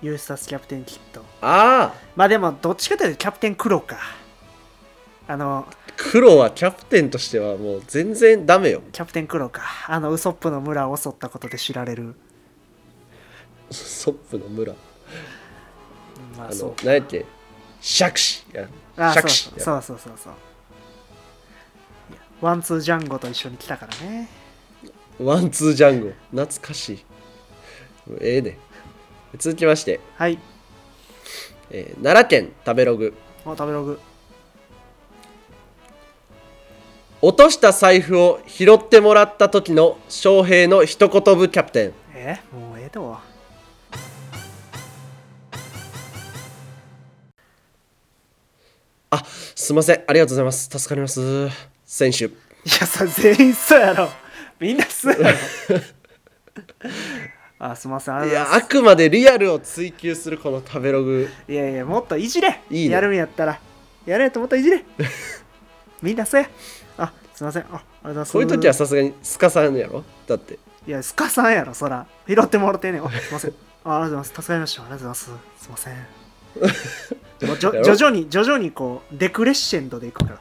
Speaker 1: ユースタスキャプテンキッド
Speaker 2: ああ
Speaker 1: まあでもどっちかというとキャプテン黒かあの
Speaker 2: 黒はキャプテンとしてはもう全然ダメよ
Speaker 1: キャプテン黒かあのウソップの村を襲ったことで知られる
Speaker 2: ソップの村
Speaker 1: ま
Speaker 2: あ
Speaker 1: あそう
Speaker 2: の何やっけシャクシや
Speaker 1: あ
Speaker 2: シ
Speaker 1: そ
Speaker 2: ャ
Speaker 1: う
Speaker 2: クシや
Speaker 1: そうそうそうそういやワンツージャンゴと一緒に来たからね
Speaker 2: ワンツージャンゴ懐かしいええね続きまして、
Speaker 1: はい
Speaker 2: えー奈良県食べログ
Speaker 1: お食べログ
Speaker 2: 落とした財布を拾ってもらった時の翔平の一言ぶキャプテン
Speaker 1: えもうええと
Speaker 2: すいませんありがとうございます助かります選手
Speaker 1: いやさ全員そうやろみんなそう やろあすいませんあ
Speaker 2: いやあくまでリアルを追求するこの食べログ
Speaker 1: いやいやもっといじれ
Speaker 2: いいね
Speaker 1: やるんやったらやれと思ったらいじ れみんなそうやあすいませんあありがとうございます
Speaker 2: そういう時はさすがにすかさんやろだって
Speaker 1: いや、スカさんやろ、そら。拾ってもらってんねん。あすいません。あありがとうございます。助かりました。ありがとうございます。すいません。もうじょ
Speaker 2: やろ
Speaker 1: 徐々に、徐々にこう、デクレッシェンドでいくから。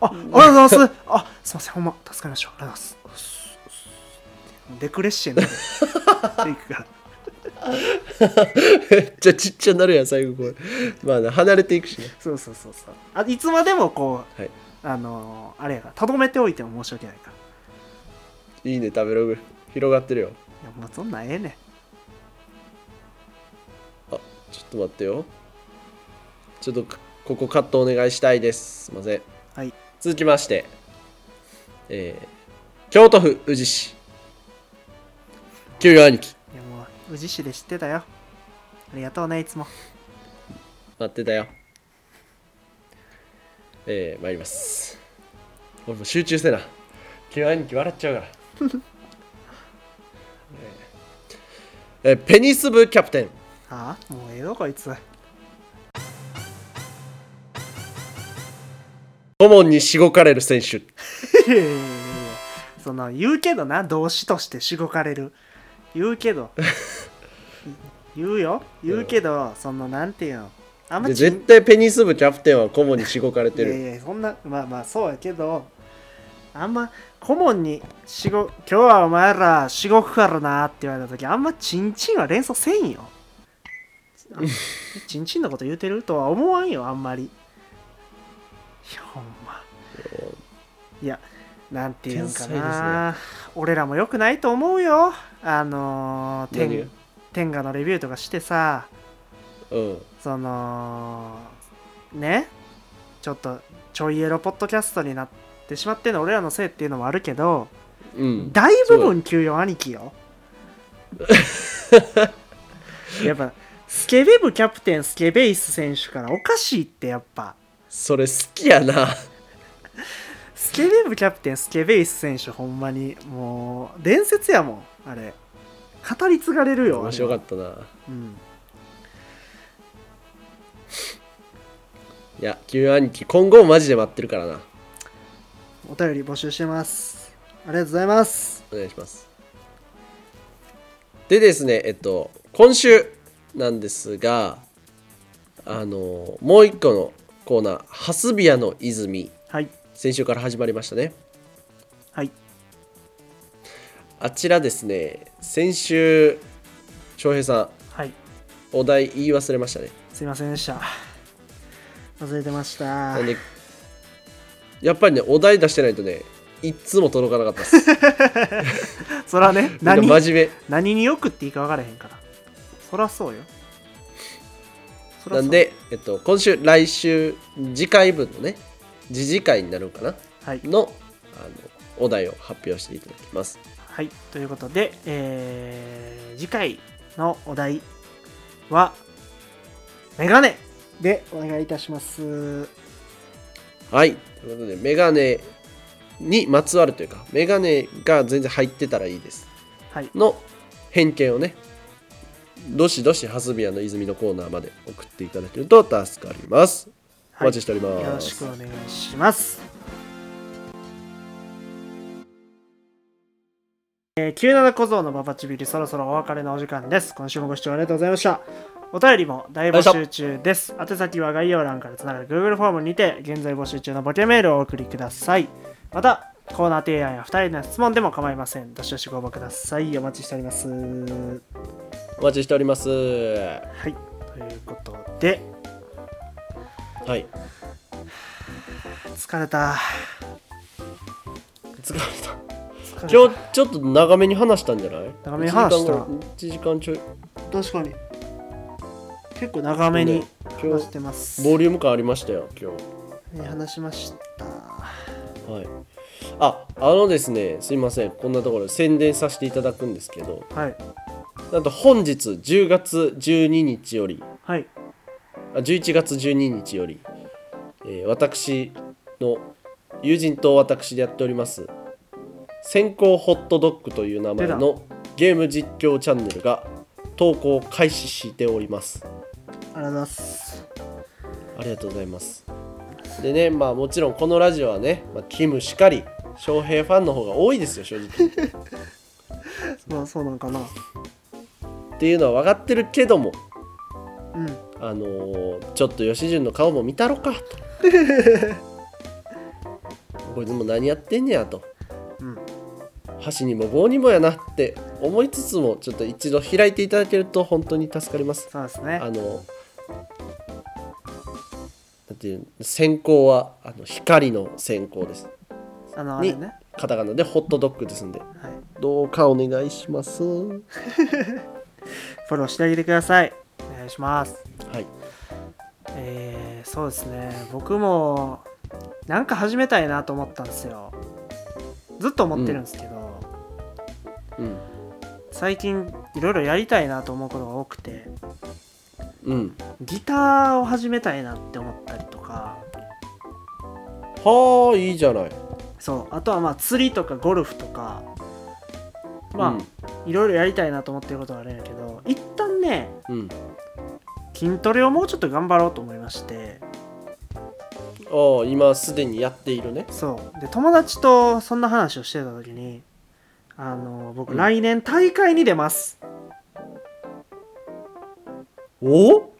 Speaker 1: あ、ありがとうございます。あ、すいません。ほんま、助かりました。ありがとうございます。デクレッシェンドでいくから。
Speaker 2: めっちゃちっちゃなるやん最後これまあな離れていくしね
Speaker 1: そうそうそうそう。あいつまでもこう、
Speaker 2: はい
Speaker 1: あのーあれやから、とどめておいても申し訳ないから。
Speaker 2: いいね食べログ広がってるよ
Speaker 1: いや、もうそんなんええねん。
Speaker 2: あちょっと待ってよちょっとここカットお願いしたいですすいません
Speaker 1: はい。
Speaker 2: 続きましてえー、京都府宇治市給与兄貴
Speaker 1: いや、もう、宇治市で知ってたよ。ありがとうね、いつも。
Speaker 2: 待ってたよえー、参ります俺も集中せな急兄貴笑っちゃうから えーえーペニス部キャプテン
Speaker 1: ああ、もうええよ、こいつ。
Speaker 2: 顧問にしごかれる選手
Speaker 1: いやいやいやいやその言うけどな動詞としてしごかれる言うけど言うよ言うけどそのなんていうのあんま
Speaker 2: で
Speaker 1: ち
Speaker 2: 絶対ペニス部キャプテンは顧問にしごかれて
Speaker 1: い
Speaker 2: る
Speaker 1: やいやそんなまあまあそうやけどあんま顧問にしご「今日はお前らしごくからな」って言われた時あんまチンチンは連想せんよ あチンチンのこと言うてるとは思わんよあんまりいやほんまいやなんていうんか
Speaker 2: 天
Speaker 1: な、俺らも良くないと思うよあのー、
Speaker 2: 何が
Speaker 1: 天天下のレビューとかしてさ
Speaker 2: うん
Speaker 1: そのねちょっとちょいエロポッドキャストになってしまってんの俺らのせいっていうのもあるけど
Speaker 2: うん
Speaker 1: 大部分休養兄貴よ やっぱスケベ部キャプテンスケベイス選手からおかしいってやっぱ
Speaker 2: それ好きやな
Speaker 1: スケベ部キャプテンスケベイス選手ほんまにもう伝説やもんあれ語り継がれるよあれは
Speaker 2: 面白かったな
Speaker 1: うん
Speaker 2: いや急兄貴今後もマジで待ってるからな
Speaker 1: お便り募集してますありがとうございます
Speaker 2: お願いしますでですねえっと今週なんですがあのもう一個のコーナー「ハスビアの泉
Speaker 1: はい」
Speaker 2: 先週から始まりましたね
Speaker 1: はい
Speaker 2: あちらですね先週翔平さん
Speaker 1: はい
Speaker 2: お題言い忘れましたね
Speaker 1: すいませんでした忘れてました
Speaker 2: なんでやっぱりねお題出してないとねいっつも届かなかったっす
Speaker 1: そらね
Speaker 2: なん
Speaker 1: 何
Speaker 2: か真面
Speaker 1: 何によくっていいか分からへんからそらそうよそ
Speaker 2: 目
Speaker 1: らそ
Speaker 2: な
Speaker 1: うん
Speaker 2: で、えっと、今週来週次回分のね次次回になるのかな
Speaker 1: はい、
Speaker 2: のあのお題を発表していただきます。
Speaker 1: はい、ということで、えー次回のお題はメガネでお願いいたします
Speaker 2: はい。ということで、メガネにまつわるというか、メガネが全然入ってたらいいです。
Speaker 1: はい
Speaker 2: の偏見をね、どしどしハスビアの泉のコーナーまで送っていただけると助かります。お
Speaker 1: はい
Speaker 2: 待ちしております。
Speaker 1: よろしくお願いします。えー、97小僧のババチビリそろそろお別れのお時間です。今週もご視聴ありがとうございました。お便りも大募集中です。宛先は概要欄からつながる Google フォームにて現在募集中のボケメールをお送りください。またコーナー提案や2人の質問でも構いません。どしどしご応募ください。お待ちしております。は。
Speaker 2: お待ちしております。はい
Speaker 1: ということで、
Speaker 2: い。
Speaker 1: 疲れた。疲
Speaker 2: 疲れた。
Speaker 1: れた
Speaker 2: 今日ちょっと長めに話したんじゃない
Speaker 1: 長めに話した
Speaker 2: 1時間ぐらい一時間ちょい。
Speaker 1: 確かに結構長めに
Speaker 2: 今
Speaker 1: 話し
Speaker 2: 日
Speaker 1: てます、
Speaker 2: ボリューム感ありましたよ、今日。
Speaker 1: 話しましたは
Speaker 2: はい、ああのですねすいませんこんなところで宣伝させていただくんですけど
Speaker 1: い
Speaker 2: なんと本日10月12日より
Speaker 1: はい
Speaker 2: あ11月12日よりえー私の友人と私でやっております先行ホットドッグという名前のゲーム実況チャンネルが投稿を開始しております
Speaker 1: ありがとうございます
Speaker 2: ありがとうございますでねまあもちろんこのラジオはね、まあ、キムしかり翔平ファンの方が多いですよ正直
Speaker 1: まあそうなんかな
Speaker 2: っていうのは分かってるけども
Speaker 1: うん
Speaker 2: あのーちょっと吉純の顔も見たろか とこいつも何やってんねやと
Speaker 1: うん
Speaker 2: 箸にも棒にもやなって思いつつもちょっと一度開いていただけると本当に助かります
Speaker 1: そうです
Speaker 2: あ
Speaker 1: ね
Speaker 2: のだっていう先行はあの光の先行です
Speaker 1: あのあれね
Speaker 2: カタカナでホットドッグですんで
Speaker 1: はい
Speaker 2: どうかお願いしますは
Speaker 1: フォローしてあげてくださいお願いします
Speaker 2: い
Speaker 1: えー、そうですね僕もなんか始めたいなと思ったんですよずっと思ってるんですけど、
Speaker 2: うん
Speaker 1: 最近いろいろやりたいなと思うことが多くて
Speaker 2: うん
Speaker 1: ギターを始めたいなって思ったりとか
Speaker 2: はあいいじゃない
Speaker 1: そうあとはまあ釣りとかゴルフとかまあいろいろやりたいなと思ってることはあるんやけど一旦ね
Speaker 2: うん、うん、
Speaker 1: 筋トレをもうちょっと頑張ろうと思いまして
Speaker 2: ああ今すでにやっているね
Speaker 1: そうで友達とそんな話をしてた時にあの
Speaker 2: う
Speaker 1: 僕
Speaker 2: ん
Speaker 1: 来年大会に出ます、
Speaker 2: おお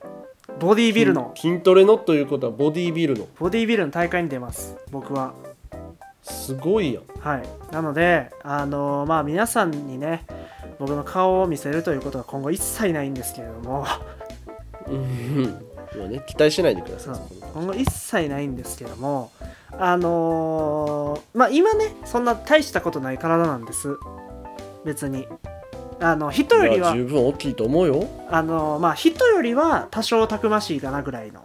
Speaker 1: ボディービルの
Speaker 2: 筋筋トレのということはボディービルの
Speaker 1: ボディービルの大会に出ます僕は
Speaker 2: すごいやん
Speaker 1: はいなのであのまあ皆さんにね僕の顔を見せるということは今後一切ないんですけれども
Speaker 2: うん今ね期待しないでくだ
Speaker 1: そ
Speaker 2: さいうそこ
Speaker 1: 今
Speaker 2: に
Speaker 1: 後一切ないんですけどもあのーまあ今ねそんな大したことない体なんです別にあの人より
Speaker 2: いや
Speaker 1: は
Speaker 2: 十分大きいと思うよ
Speaker 1: あのまあ人よりは多少たくましいかなぐらいの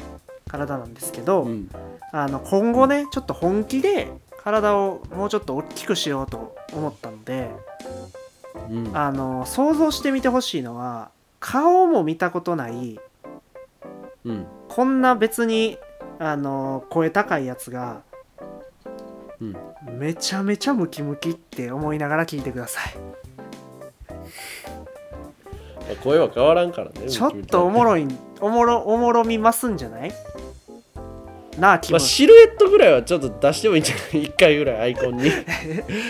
Speaker 1: 体なんですけど、
Speaker 2: うん
Speaker 1: あの今後ねちょっと本気で体をもうちょっと大きくしようと思ったので
Speaker 2: うん
Speaker 1: あの想像してみてほしいのは顔も見たことない
Speaker 2: うん
Speaker 1: こんな別にあの声高いやつが
Speaker 2: うん
Speaker 1: めちゃめちゃムキムキって思いながら聞いてください
Speaker 2: 声は変わらんからね
Speaker 1: ちょっとおも
Speaker 2: い、
Speaker 1: ろいおもろおもろみますんじゃないなあキ
Speaker 2: ま
Speaker 1: ム
Speaker 2: あ、シルエットぐらいはちょっと出してもいいんじゃない一回ぐらいアイコ ンに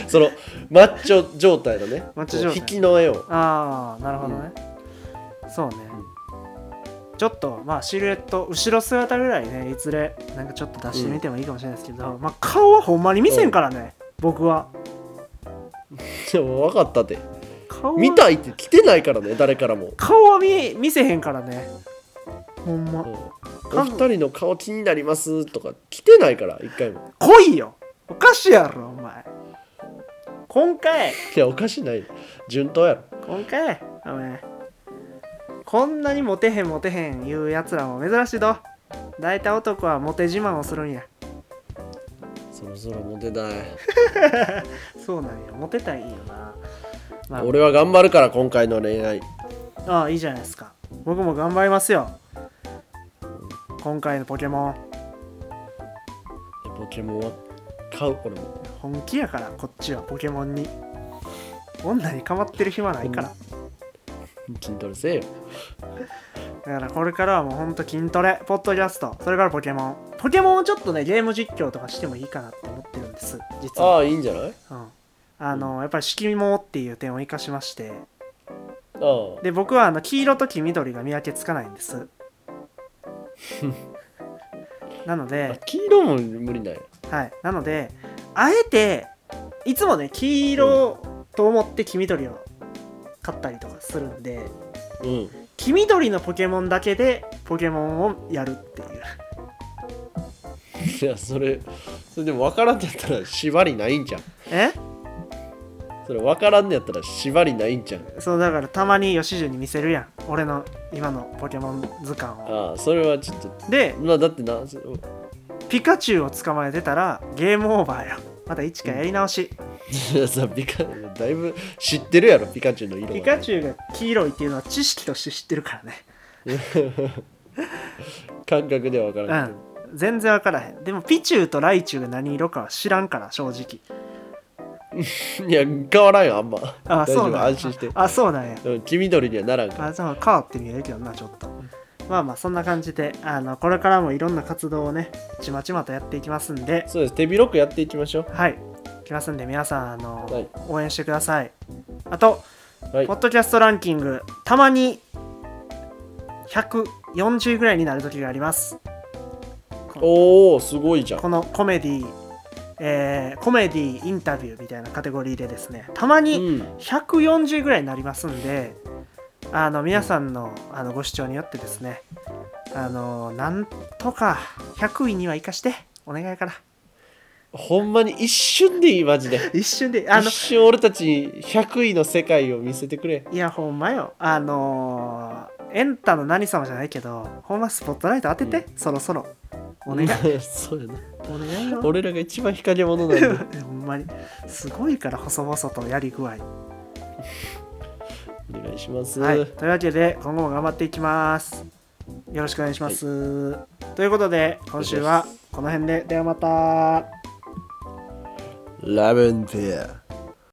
Speaker 2: そのマッチョ状態のね
Speaker 1: マッチョ状態
Speaker 2: こう引きの絵を
Speaker 1: ああなるほどね、そうね、ちょっとまあシルエット後ろ姿ぐらいねいずれなんかちょっと出してみてもいいかもしれないですけど、まあ顔はほんまに見せんからね、僕は
Speaker 2: でも分かったって
Speaker 1: 顔は
Speaker 2: 見たいって来てないからね誰からも
Speaker 1: 顔は見見せへんからねほんま
Speaker 2: お二人の顔気になりますとか来てないから一回も
Speaker 1: 来いよおかしいやろお前今回
Speaker 2: いやおかしない順当やろ
Speaker 1: 今回お前こんなにモテへんモテへん言うやつらも珍しいぞ大体男はモテ自慢をするんや
Speaker 2: そろそろモテない、
Speaker 1: そうなんやモテたいよな、まあ、
Speaker 2: 俺は頑張るから今回の恋愛
Speaker 1: ああいいじゃないですか僕も頑張りますよ今回のポケモン
Speaker 2: ポケモンは買う俺も
Speaker 1: 本気やからこっちはポケモンに女にかまってる暇ないから
Speaker 2: 筋トレせえよ
Speaker 1: だからこれからはもうほんと筋トレポッドキャストそれからポケモンポケモンをちょっとねゲーム実況とかしてもいいかなって思ってるんです実
Speaker 2: あ
Speaker 1: は
Speaker 2: あいいんじゃない
Speaker 1: うんあのやっぱり色盲っていう点を生かしまして
Speaker 2: ああ
Speaker 1: で僕はあの黄色と黄緑が見分けつかないんですなので
Speaker 2: あ黄色も無理だよ
Speaker 1: はい、なのであえていつもね黄色と思って黄緑を買ったりとかするんで
Speaker 2: うん
Speaker 1: 黄緑のポケモンだけでポケモンをやるっていう
Speaker 2: いやそれそれでも分からんのやったら縛りないんじゃん
Speaker 1: え
Speaker 2: それ分からんのやったら縛りないんじゃん
Speaker 1: そうだからたまに吉純に見せるやん俺の今のポケモン図鑑を
Speaker 2: ああそれはちょっと
Speaker 1: で
Speaker 2: まあだってなそ
Speaker 1: ピカチュウを捕まえてたらゲームオーバーやまた一からやり直し、
Speaker 2: いやさピカだいぶ知ってるやろピカチュウの色は
Speaker 1: ピカチュウが黄色いっていうのは知識として知ってるからね
Speaker 2: 感覚では分からんけど、
Speaker 1: う全然分からへんでもピチューとライチュウが何色かは知らんから正直
Speaker 2: いや変わらんよあんま
Speaker 1: あ
Speaker 2: 大丈夫
Speaker 1: そうなんや
Speaker 2: 安心して
Speaker 1: あそうなんや
Speaker 2: うん黄緑にはならんから
Speaker 1: あそう変わって見えるけどなちょっとまあまあそんな感じであのこれからもいろんな活動をねちまちまとやっていきますんで
Speaker 2: そうです手広くやっていきましょ
Speaker 1: はいいきますんで皆さんあの、
Speaker 2: はい
Speaker 1: 応援してくださいあと
Speaker 2: うはい
Speaker 1: ポッドキャストランキングたまに140位ぐらいになる時があります
Speaker 2: おおすごいじゃん
Speaker 1: このコメディえーコメディインタビューみたいなカテゴリーでですねたまに
Speaker 2: うん
Speaker 1: 140ぐらいになりますんであの皆さんのあのご視聴によってですねあのなんとか100位には生かしてお願いから
Speaker 2: ほんまに一瞬でいいマジで
Speaker 1: 一瞬であの
Speaker 2: 一瞬俺たちに100位の世界を見せてくれ
Speaker 1: いやほんまよあのーエンタの何様じゃないけどほんまスポットライト当てて、そろそろお願い
Speaker 2: そうやな
Speaker 1: お願いよ
Speaker 2: 俺らが一番日陰者なんで
Speaker 1: ほんまにすごいから細々とやり具合
Speaker 2: お願いします、
Speaker 1: はい、というわけで今後も頑張っていきますよろしくお願いします、ということで今週はこの辺でではまた
Speaker 2: ラベンペア